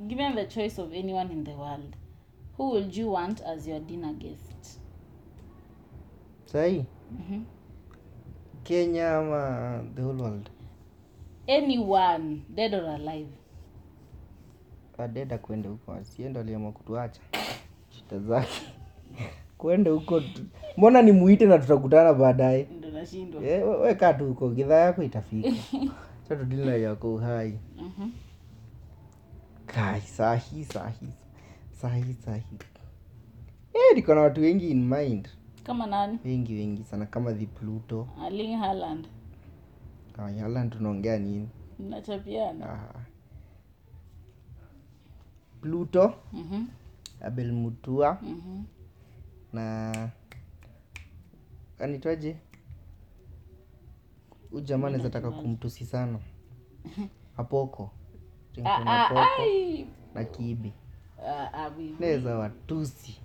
A: Given the choice of anyone in the world, who would you want as your dinner guest?
B: sahii
A: Mhm.
B: kenya ama the whole world
A: Anyone, dead or alive.
B: adeda kwende huko asiendo aliamua kutuacha shida zake [laughs] kwende huko tu- mbona nimuite na tutakutana baadaye
A: Ndo nashindwa.
B: Eh, we- we kaa tu huko gidhaa
A: [laughs]
B: yako itafika Acha tudili na yako uhai
A: Mhm.
B: kai sahi sahi sahi sahi Eh, niko na watu wengi in mind
A: Kama nani?
B: wengi wengi sana kama the pluto
A: Erling Haaland.
B: kayalan tunaongea nini
A: Mnachapiana.
B: Ah. pluto
A: Mhm.
B: abel mutua
A: Mhm.
B: na anitwaje huyu jamaa anaweza taka kumtusi
A: [laughs]
B: sana apoko
A: Ah,
B: Ringtone
A: ah,
B: apoko
A: ai.
B: na kibi
A: Ah, ah, we-
B: naweza watusi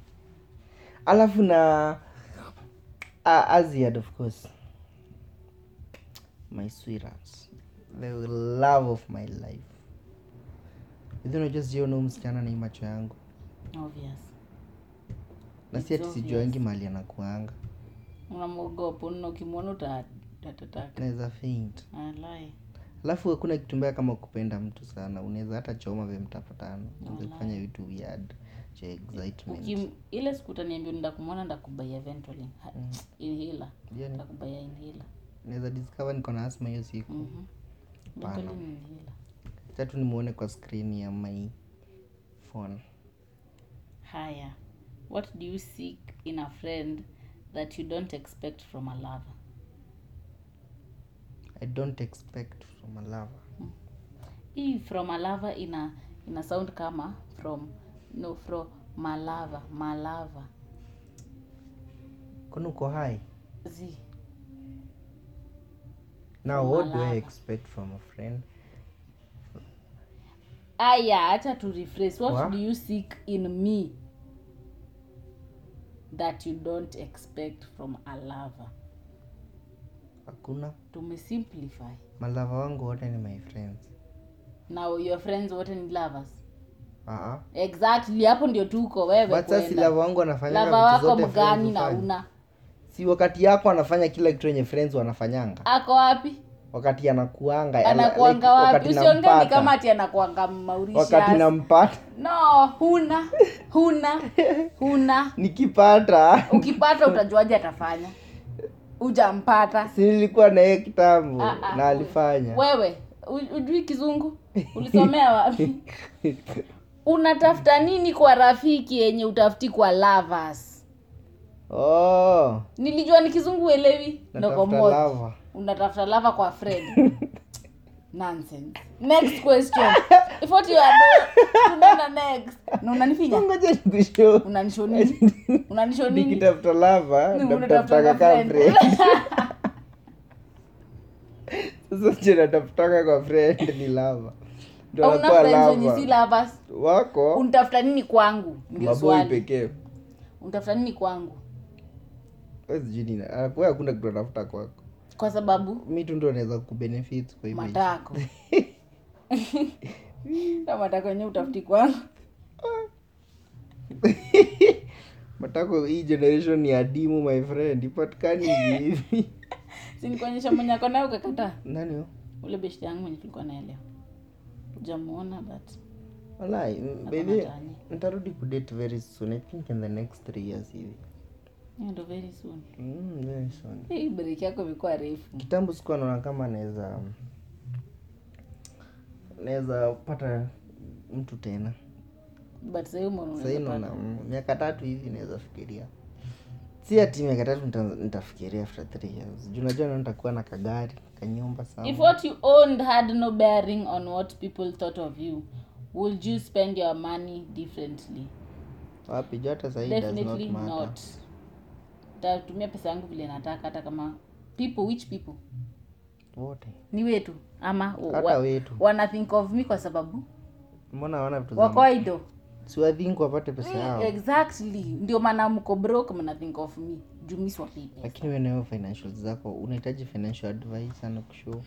B: alafu na uh, aziad of course my sweetheart the love of my life hivi unajua sijaona huu msichana ni macho yangu
A: Obvious.
B: na
A: It's
B: si ati
A: obvious.
B: sijuangi mahali anakuanga
A: Unamwogopa, una ukimwona uta- utatataka.
B: naweza faint
A: Alai.
B: alafu hakuna kitu mbaya kama kupenda mtu sana unaweza hata choma vye mtapatana unaweza
A: Walai.
B: kufanya vitu weird cha excitement
A: Ukim, ile siku utaniambia nenda kumwona ndakubaia Ventolin. Ha-
B: Mm.
A: Inhaler.
B: Yani,
A: Ndakubaia inhaler.
B: naweza Yaani, discover niko na asma hiyo siku
A: Mhm.
B: Mm. Pana.
A: Ventolin inhaler.
B: tatu nimuone kwa screen ya my phone
A: Haya. What do you seek in a friend that you don't expect from a lover?
B: i don't expect from a lover
A: Hii from a lover ina ina sound kama from no from malava malava
B: kwani uko hai
A: zi
B: now
A: From a
B: what do i
A: lover.
B: expect from a friend
A: aya acha to rephrase what
B: Wa?
A: do you seek in me that you don't expect from a lover
B: hakuna
A: tumesimplify
B: malava wangu wote ni my friends
A: now your friends wote ni lovers
B: Aa.
A: exactly hapo ndio tuko wewe
B: Ah, but sasa si
A: kwenda.
B: lava wangu anafanya
A: lava wako mgani na una
B: si wakati yako anafanya kila kitu yenye friends wanafanyanga
A: ako wapi
B: wakati anakuanga ala- Eh, like,
A: anakuanga wapi
B: wakati
A: usiongeni
B: nampata.
A: kama ati anakuanga Mauritius.
B: wakati nampata
A: no huna huna huna
B: nikipata
A: [laughs] ukipata utajuaje atafanya ujampata
B: si nilikuwa na yeye kitambo
A: Ah, ah.
B: na alifanya
A: wewe u- ujui kizungu ulisomea wapi
B: [laughs]
A: unatafuta nini kwa rafiki yenye utafuti kwa lovers
B: oh,
A: nilijua ni kizungu uelewi
B: natafuta
A: Nokomoth.
B: lava
A: unatafuta lava kwa friend [laughs] nonsense next question if what you are doing tunaenda next na unanifinya
B: [laughs] ngoja nikushow
A: unanisho nini
B: [laughs]
A: unanisho nini
B: nikitafuta lava
A: Ni
B: natafutaka ka friend
A: [laughs]
B: sasa je natafutaka kwa friend ni lava ndo
A: Hauna
B: anakuwa
A: friends wenye si
B: lava Oh.
A: lovers
B: wako
A: unitafuta nini kwangu Ndio
B: maboi
A: swali.
B: pekee
A: unitafuta nini kwangu
B: Wewe sijui nini anakuwa hakuna kitu anatafuta kwako
A: kwa sababu
B: mi tu ndo naweza kubenefit kwa hii maisha. [laughs]
A: matako na matako yenyewe utafuti kwangu
B: matako hii generation ya dimu my friend ipatikani
A: [laughs]
B: hivi
A: sinikuonyesha mwenye ako naye ukakataa
B: nani huyo?
A: ule beshte yangu mwenye tulikuwa naelewa jamuona but
B: Walai, m- baby
A: matani.
B: nitarudi kudate very soon i think in the next three years hivi
A: hiyo ndo very soon
B: mm, very soon
A: hii break yako imekuwa refu
B: kitambo sikuwa naona kama naweza naweza pata mtu tena
A: but sahii
B: sahii naona mm, miaka tatu hivi naweza fikiria si ati miaka tatu nita- nitafikiria after three years juu najua na nitakuwa na kagari kanyumba
A: if
B: sana
A: what you owned had no bearing on what people thought of you would you spend your money differently
B: wapi juu hata sahii does not
A: definitely
B: matter
A: not tatumia pesa yangu vile nataka hata kama people which people
B: wote
A: ni wetu ama
B: Hata
A: wa-
B: wetu.
A: wana think of me kwa sababu
B: mbona hawana vitu za
A: wakoido
B: siwadhinku wapate pesa
A: Mm,
B: yao
A: exactly ndio maana mko broke mna think of me juu mi swapii
B: lakini wewe nayo financials zako unahitaji financial advice sana kushow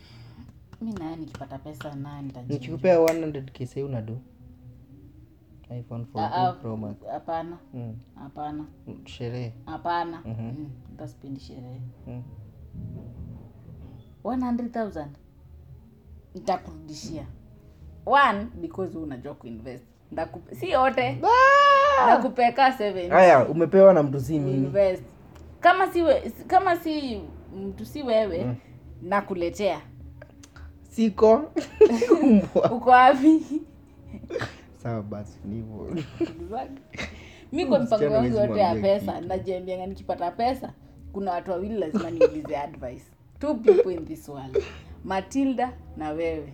A: mi naye nikipata pesa naye nitaji
B: nikikupea 100k sai unadu iphone 14
A: Ah, ah.
B: pro max
A: hapana
B: mm.
A: hapana
B: sherehe
A: hapana Mm, nitaspendi sherehe
B: mm.
A: 100000 nitakurudishia one because wewe unajua kuinvest Ndakupe- si yote nakupeka seven
B: haya umepewa na mtu
A: Hmm.
B: si mimi
A: invest kama si we, kama si mtu si wewe nakuletea
B: siko Mbwa.
A: uko wapi
B: sawa basi ni hivyo [laughs]
A: mi kwa mpango
B: Msichana
A: wangu
B: hawezi
A: yote ya
B: mwambia
A: pesa najiambianga nikipata pesa kuna watu wawili lazima niulize [laughs] advice two people in this world matilda na wewe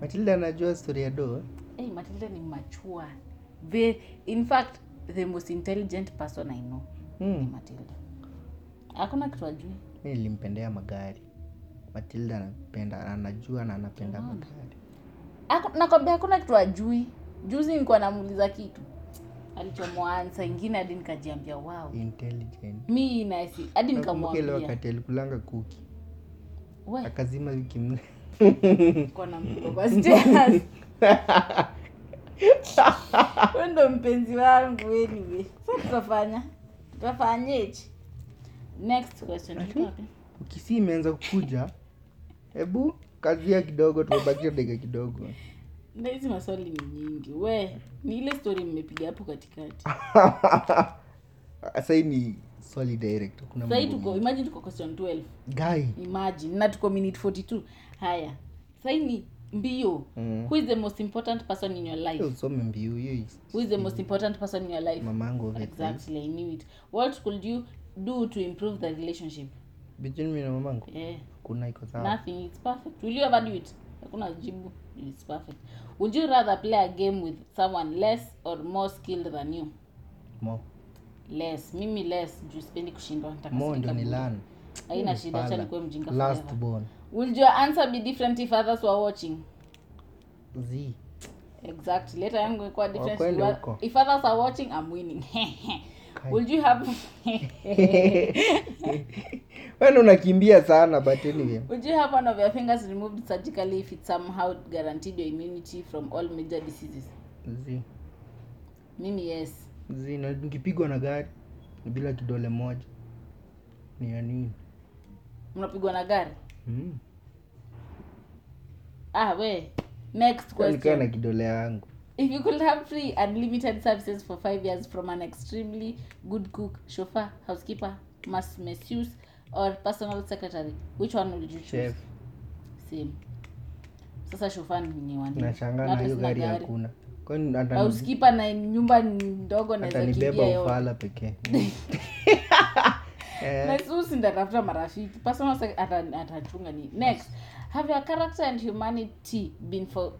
B: matilda anajua story ya do
A: hey, Eh, matilda ni machua Ve, in fact the most intelligent person i know ni
B: mm.
A: matilda hakuna kitu ajui
B: mi nilimpendea magari matilda anapenda anajua na anapenda magari
A: Haku- nakwambia hakuna kitu ajui juzi nilikuwa namuuliza kitu alichomoa ansa ingine hadi nikajiambia wow
B: intelligent
A: mi naesi hadi
B: Hmm. nakumbuka ile
A: nikamwambia
B: wakati alikulanga kuki
A: we
B: akazima wiki mna
A: kwa na mtoto kwa stairs. Wewe ndo mpenzi wangu anyway. Sasa tutafanya tutafanyeje? Next question. Tuko wapi?
B: ukisi imeanza kukuja hebu kazia kidogo tumebakia dakika kidogo
A: Na hizi maswali ni nyingi. We, ni ile story mmepiga hapo katikati.
B: sahii ni swali direct kuna
A: Sasa hii tuko imagine tuko question 12.
B: gai
A: Imagine na tuko minute 42. Haya. Sasa hii ni mbio.
B: Mm.
A: Who is the most important person in your life?
B: usome mbiu hiyo
A: Who is the most important person in your life?
B: mamangu
A: Exactly, I knew it. What could you do to improve the relationship?
B: between mi na mamangu
A: Yeah.
B: kuna iko sawa
A: Eh, Nothing. It's perfect. Will you ever do it? Hakuna jibu. It's perfect. Would you rather play a game with someone less or more skilled than you?
B: mo
A: Less. Mimi less. Juu sipendi kushindwa.
B: mo
A: Nitakasirika
B: ndio ni
A: bure.
B: lan
A: Haina shida. Acha nikuwe mjinga
B: last
A: forever.
B: born
A: Would your answer be different if others were watching?
B: z
A: Exactly. Letter yangu ilikuwa different.
B: kweli
A: Wa-
B: huko.
A: If others are watching, I'm winning. [laughs] Would you have [laughs]
B: wena unakimbia sana but anyway
A: Would you have one of your fingers removed surgically if it somehow guaranteed your immunity from all major diseases?
B: z
A: Mimi yes.
B: z na nikipigwa na gari bila kidole moja ni ya nini
A: Mnapigwa na gari? Hmm.
B: mm.
A: Ah, we.
B: Yaani
A: Next
B: nikaa na
A: question.
B: kidole yangu
A: If you could have free unlimited services for five years from an extremely good cook, chauffeur, housekeeper, mass masseuse, or personal secretary, which one would you choose?
B: chef
A: Same. Sasa chauffeur ni wani?
B: nashangaa na hiyo gari hakuna kwani hata ni-
A: Housekeeper na nyumba ndogo
B: hata
A: naweza kimbia
B: nibeba
A: yote.
B: ufala pekee Eh,
A: Nasusi ndatafuta marafiki. Personal sec- ata- atachunga ni next. Have your character and humanity been for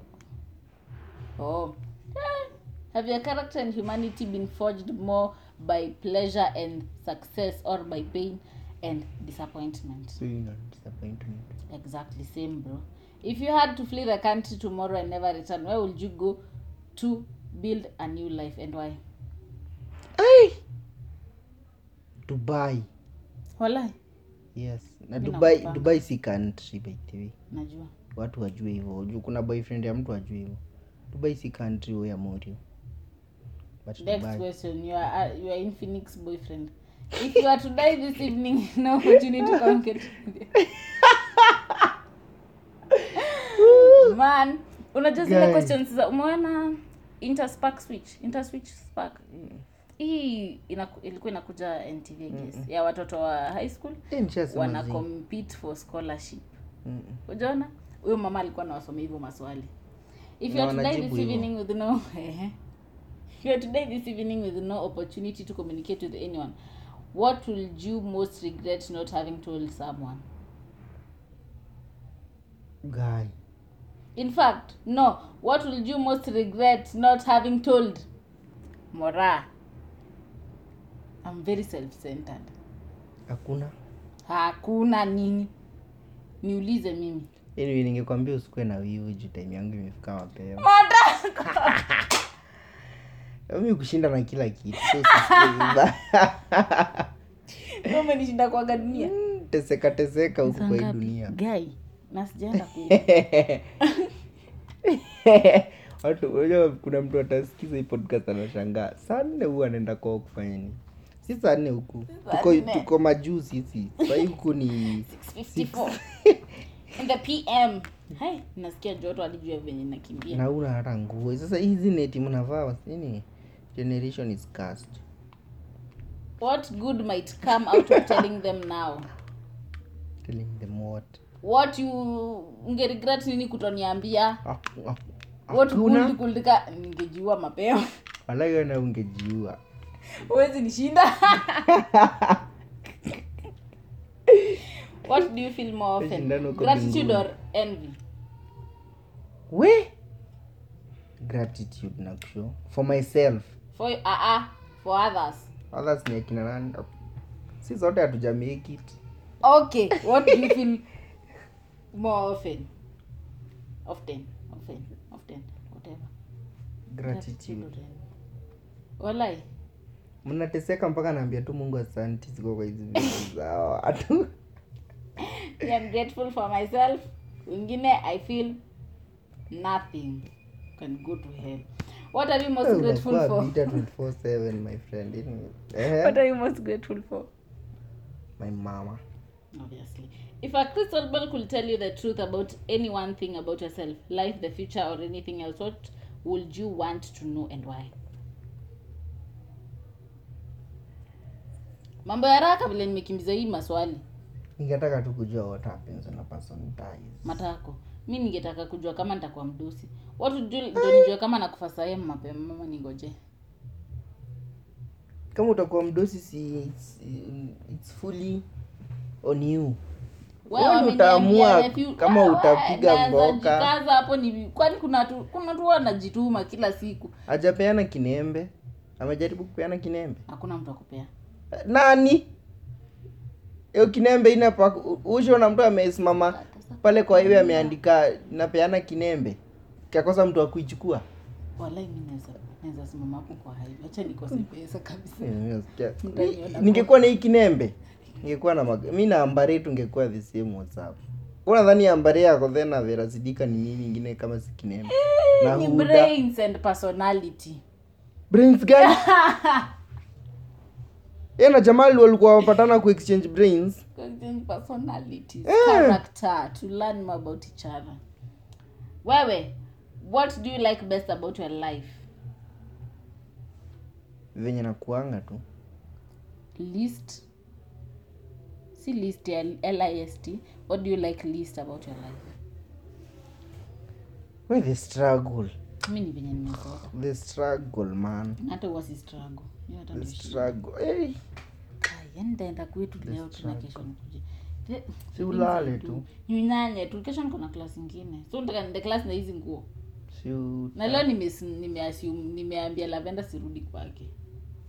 A: Oh. Eh. Have your character and humanity been forged more by pleasure and success or by pain and disappointment?
B: so you know, disappointment.
A: Exactly same bro. If you had to flee the country tomorrow and never return, where would you go to build a new life and why?
B: dubai
A: Walai,
B: yes na
A: Mimi
B: dubai
A: nakupanga.
B: dubai si country by the way
A: najua.
B: watu wajue hivyo juu kuna boyfriend ya mtu ajue hivyo dubai si country huyo ya morio but
A: Next
B: dubai
A: question, you are uh, you are in Phoenix boyfriend. If you are to die this evening, [laughs] no opportunity to communicate. Man, unajua zile
B: Guy.
A: questions za umeona interspark switch, interswitch spark. Hii inaku, ilikuwa inakuja NTV I guess. Ya watoto wa high school
B: Eh, nishasema
A: wana
B: zi-
A: compete for scholarship.
B: Mm.
A: Ujaona? Huyo mama alikuwa anawasomea hivyo maswali. If you
B: Na
A: are to die
B: wanajibu
A: this
B: hivyo.
A: evening with no [laughs] If you are to die this evening with no opportunity to communicate with anyone, what will you most regret not having told someone?
B: guy
A: in fact no what will you most regret not having told mora i'm very self-centered
B: hakuna
A: hakuna nini niulize mimi
B: anyway Yaani ningekwambia usikue na wivu juu time yangu imefika mapema [laughs]
A: Mother-
B: mi kushinda na kila kitu so usisikie vibaya.
A: Wewe umenishinda kwaga dunia
B: Mm, [laughs] teseka teseka huku kwa hii dunia
A: gai na sijaenda kuiba.
B: watu unajua kuna mtu atasikiza hii podcast anashangaa saa nne huu anaenda kwao kufanya nini si saa nne huku
A: Saa
B: tuko,
A: nne.
B: tuko majuu sisi sahii huku ni [laughs]
A: 54 in the pm hai nasikia joto alijua venye nakimbia
B: na una hata nguo sasa hizi neti mnavaa wasini generation is cursed
A: what good might come out of telling them now
B: telling them what
A: what you ungeregret nini kutoniambia
B: Ah, ah,
A: what
B: hakuna.
A: good could ka- ningejiua mapema [laughs]
B: Walai wewe na ungejiua
A: huwezi
B: [laughs]
A: nishinda what do you feel more
B: Shindano
A: often
B: uko
A: gratitude
B: mbinguni.
A: or envy
B: we gratitude nakusho for myself
A: for uh, uh, for others
B: others ni akina nani si zote hatuja make it
A: okay what do you feel more often often often often whatever
B: gratitude
A: walai
B: mnateseka mpaka naambia tu mungu asanti siko kwa hizi
A: [laughs]
B: vitu za watu
A: I'm grateful for myself. Wengine I feel nothing can go to hell. What are you
B: Oh,
A: most grateful
B: Unakuwa
A: for?
B: bitter 24/7 my friend Anyway,
A: What
B: eh,
A: are you most grateful for?
B: my mama
A: Obviously. If a crystal ball could tell you the truth about any one thing about yourself, life, the future, or anything else, what would you want to know and why? Mambo ya haraka vile nimekimbiza hii maswali.
B: ningetaka tu kujua what happens when a person dies
A: matako mi ningetaka kujua kama nitakuwa mdusi watu ndio nijue kama nakufa sahemu mapema mama ningoje
B: kama utakuwa mdosi si, si it's fully on you Wewe utaamua kama utapiga mboka.
A: kaza Ah, hapo ni kwani kuna tu kuna tu wanajituma kila siku
B: hajapeana kinembe amejaribu kupeana kinembe
A: hakuna mtu akupea
B: nani hiyo kinembe inapa usho na mtu amesimama pale kwa hiyo ameandika napeana kinembe kakosa mtu akuichukua
A: walai mi naweza naweza simama hapo kwa haivi acha nikose pesa kabisa
B: Ni- ningekuwa na hii kinembe ningekuwa na mag... mi na ambare tungekuwa the same whatsapp unadhani ambare yako then na Vera Sidika ni nini ingine kama si kinembe na
A: Eh, ni
B: Huda.
A: brains and personality
B: brains gani yeye na Jamal walikuwa wapatana ku exchange brains
A: personalities
B: Eh.
A: character to learn more about each other wewe what do you like best about your life
B: venye nakuanga tu
A: list si list ya list what do you like least about your life
B: we the struggle
A: mi ni venye nimezoka
B: the struggle man
A: hata wasi struggle Hiyo hata
B: the
A: ndio shida.
B: struggle Eh, hey.
A: Ai, yaani nitaenda kwetu leo tuna kesho nikuje The-
B: si ulale tu
A: ninyanye tu kesho Mm. niko na class ingine so nataka niende class na hizi nguo
B: si u-
A: na leo nimes- nimeassume- nimeambia lavenda sirudi kwake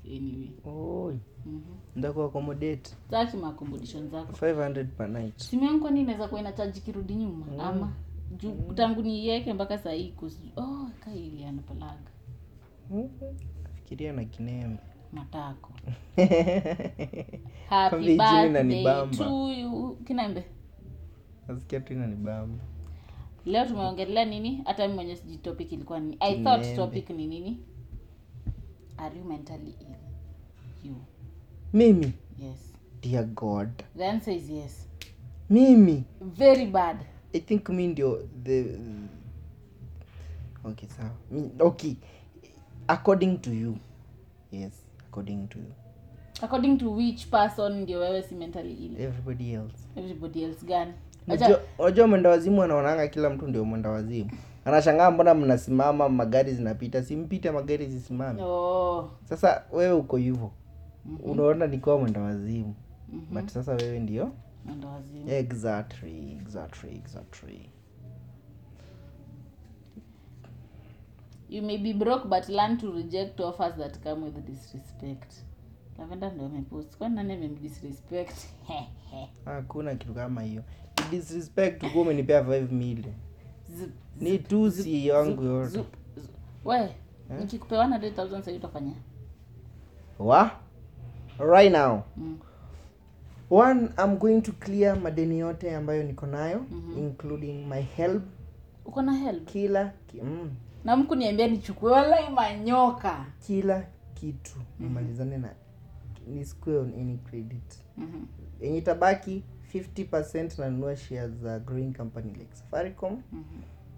A: anyway
B: Oi,
A: Mhm.
B: ndaku accommodate
A: taki macombodishon zako
B: 500 per night
A: simu yangu kwani inaweza kuwa inachaji kirudi nyuma ama juu tangu niiweke mpaka saa hii kusi oh, kailianapalaga
B: Mhm. fikiria na kinembe
A: matako
B: Kwambia
A: happy
B: jina
A: birthday
B: inanibamba.
A: to you kinaembe
B: nasikia tu inanibamba
A: leo tumeongelea nini hata mimi mwenyewe sijui topic ilikuwa nini i thought
B: Kinembe.
A: topic ni nini are you mentally ill you
B: mimi
A: yes
B: dear god
A: the answer is yes
B: mimi
A: very bad
B: i think mi ndio the okay sawa Mi- okay according to you yes according to you
A: according to which person ndio wewe si mentally ill
B: everybody else
A: everybody else gani Acha-
B: Unajua- unajua mwenda wazimu anaonanga kila mtu ndio mwenda wazimu anashangaa mbona mnasimama magari zinapita simpite magari zisimame
A: oh.
B: sasa wewe uko hivyo unaona nikiwa mwenda wazimu
A: Mm-hmm.
B: but sasa wewe ndio
A: Mwendo wazimu.
B: exactly exactly exactly
A: you may be broke but learn to reject offers that come with disrespect lavenda ndo amepost kwani nani [laughs] amemdisrespect
B: hakuna kitu kama hiyo Ni disrespect ukuwa umenipea 5 million
A: Zup,
B: ni tusi yangu Eh? yote
A: zup, zup. we nikikupewa 100000 sasa utafanya
B: wa right now
A: mm.
B: one i'm going to clear madeni yote ambayo niko nayo
A: Mhm.
B: including my help
A: uko na help
B: kila ki, mm,
A: na mku niambia nichukue wala manyoka
B: kila kitu
A: Mhm.
B: nimalizane na nisikue on any credit
A: mm
B: yenye itabaki 50 nanunua shares za growing company like safaricom
A: mhm.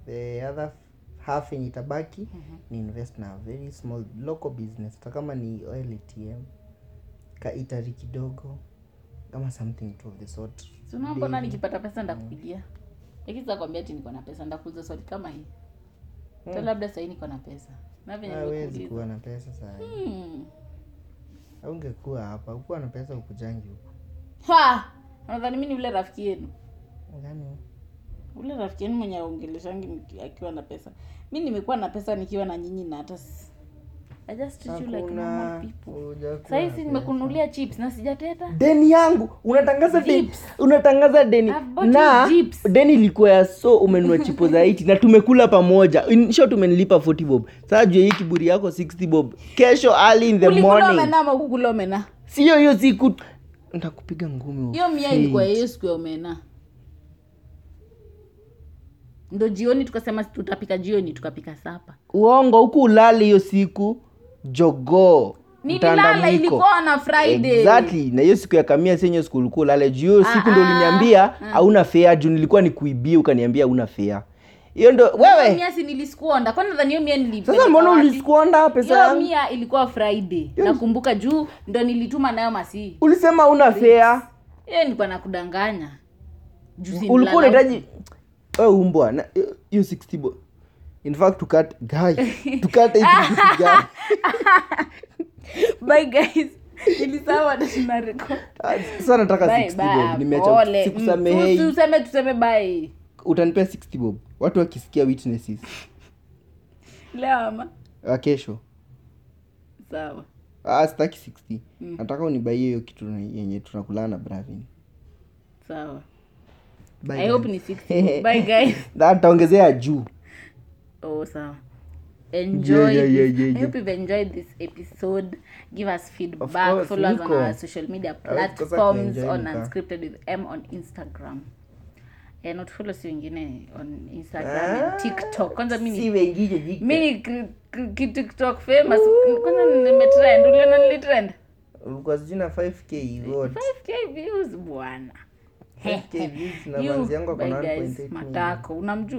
B: the other half yenye itabaki ni invest na very small local business hata kama ni oil atm kaitari kidogo kama something to the sort
A: sina mbona nikipata pesa ndakupigia lakini sasa kwambia ati niko na pesa ndakuuza swali kama hii
B: Mm.
A: hata labda sahii niko na pesa na
B: Ah,
A: venye
B: hawezi
A: nimekuuliza.
B: kuwa na pesa saa
A: Hmm.
B: aungekuwa hapa ukuwa na pesa ukujangi huku
A: Ha! nadhani mi ni ule rafiki yenu
B: gani
A: ule rafiki yenu mwenye aongeleshangi mki- akiwa na pesa mi nimekuwa na pesa nikiwa na nyinyi na hata s- I just treat you like normal
B: hakuna
A: people
B: hujakuwa na
A: saizi
B: pesa.
A: nimekunulia chips na sijateta
B: deni yangu unatangaza deni unatangaza deni
A: I've bought you
B: na
A: dips.
B: deni ilikuwa ya so umenunua chipo za 80 na tumekula pamoja in short umenilipa 40 bob sasa jua hii kiburi yako 60 bob kesho early in the
A: ulikula
B: morning
A: omena ama ukukula omena
B: sio hiyo siku ntakupiga ngumi
A: hiyo mia ilikuwa ya hiyo siku ya omena ndo jioni tukasema tutapika jioni tukapika sapa
B: uongo huku ulali hiyo siku jogoo
A: nililala
B: mtandamiko.
A: ilikuwa na friday
B: exactly na hiyo siku ya kamia senyo siku ulikuwa ulale juu hiyo siku ndo
A: Ah, ah.
B: uliniambia hauna fea juu nilikuwa nikuibia ukaniambia hauna fea hiyo ndo wewe
A: mia si nilisikuonda kwani nadhani hiyo mia nilipeleka
B: sasa mbona
A: wapi?
B: ulisikuonda pesa
A: hiyo
B: yangu
A: mia ilikuwa friday nakumbuka juu ndo nilituma nayo masii
B: ulisema hauna fea
A: hiyo nilikuwa nakudanganya Juu si
B: ulikuwa
A: nilala-
B: unahitaji wewe umbwa na hiyo- hiyo 60 bo in fact tukate guy
A: [laughs]
B: tukate hivi vitu gani
A: Bye guys [laughs] nilisahau hata tuna record.
B: Ah, sasa nataka
A: Bye,
B: 60
A: bye,
B: bob nimeacha
A: pole.
B: sikusamehei
A: Mm, tuseme tuseme bye
B: utanipea 60 bob watu wakisikia witnesses
A: leo ama
B: wa kesho
A: sawa
B: ah, sitaki 60
A: Mm.
B: nataka unibaie hiyo kitu yenye tunakulana na bravin
A: sawa
B: Bye,
A: i
B: guys.
A: hope ni
B: [laughs]
A: 60 bye guys
B: Na nitaongezea juu
A: Oh, so enjoy.
B: yeah, yeah,
A: this-
B: yeah,
A: I
B: yeah.
A: hope you've enjoyed this episode. Give us feedback.
B: course,
A: Follow us on
B: Nico.
A: our social media
B: course,
A: platforms
B: I enjoy
A: on
B: Nika.
A: Unscripted with M on Instagram. Eh, not follow si wengine on Instagram and TikTok. Kwanza mimi
B: Ah, wengine jike.
A: mimi TikTok famous. Kwanza nimetrend. Uliona nilitrend?
B: Ulikuwa sijui na 5k god
A: 5k views bwana.
B: 5k views na
A: You [laughs]
B: manzi yangu ako
A: by
B: na
A: guys
B: 1.8 million.
A: matako unamjua?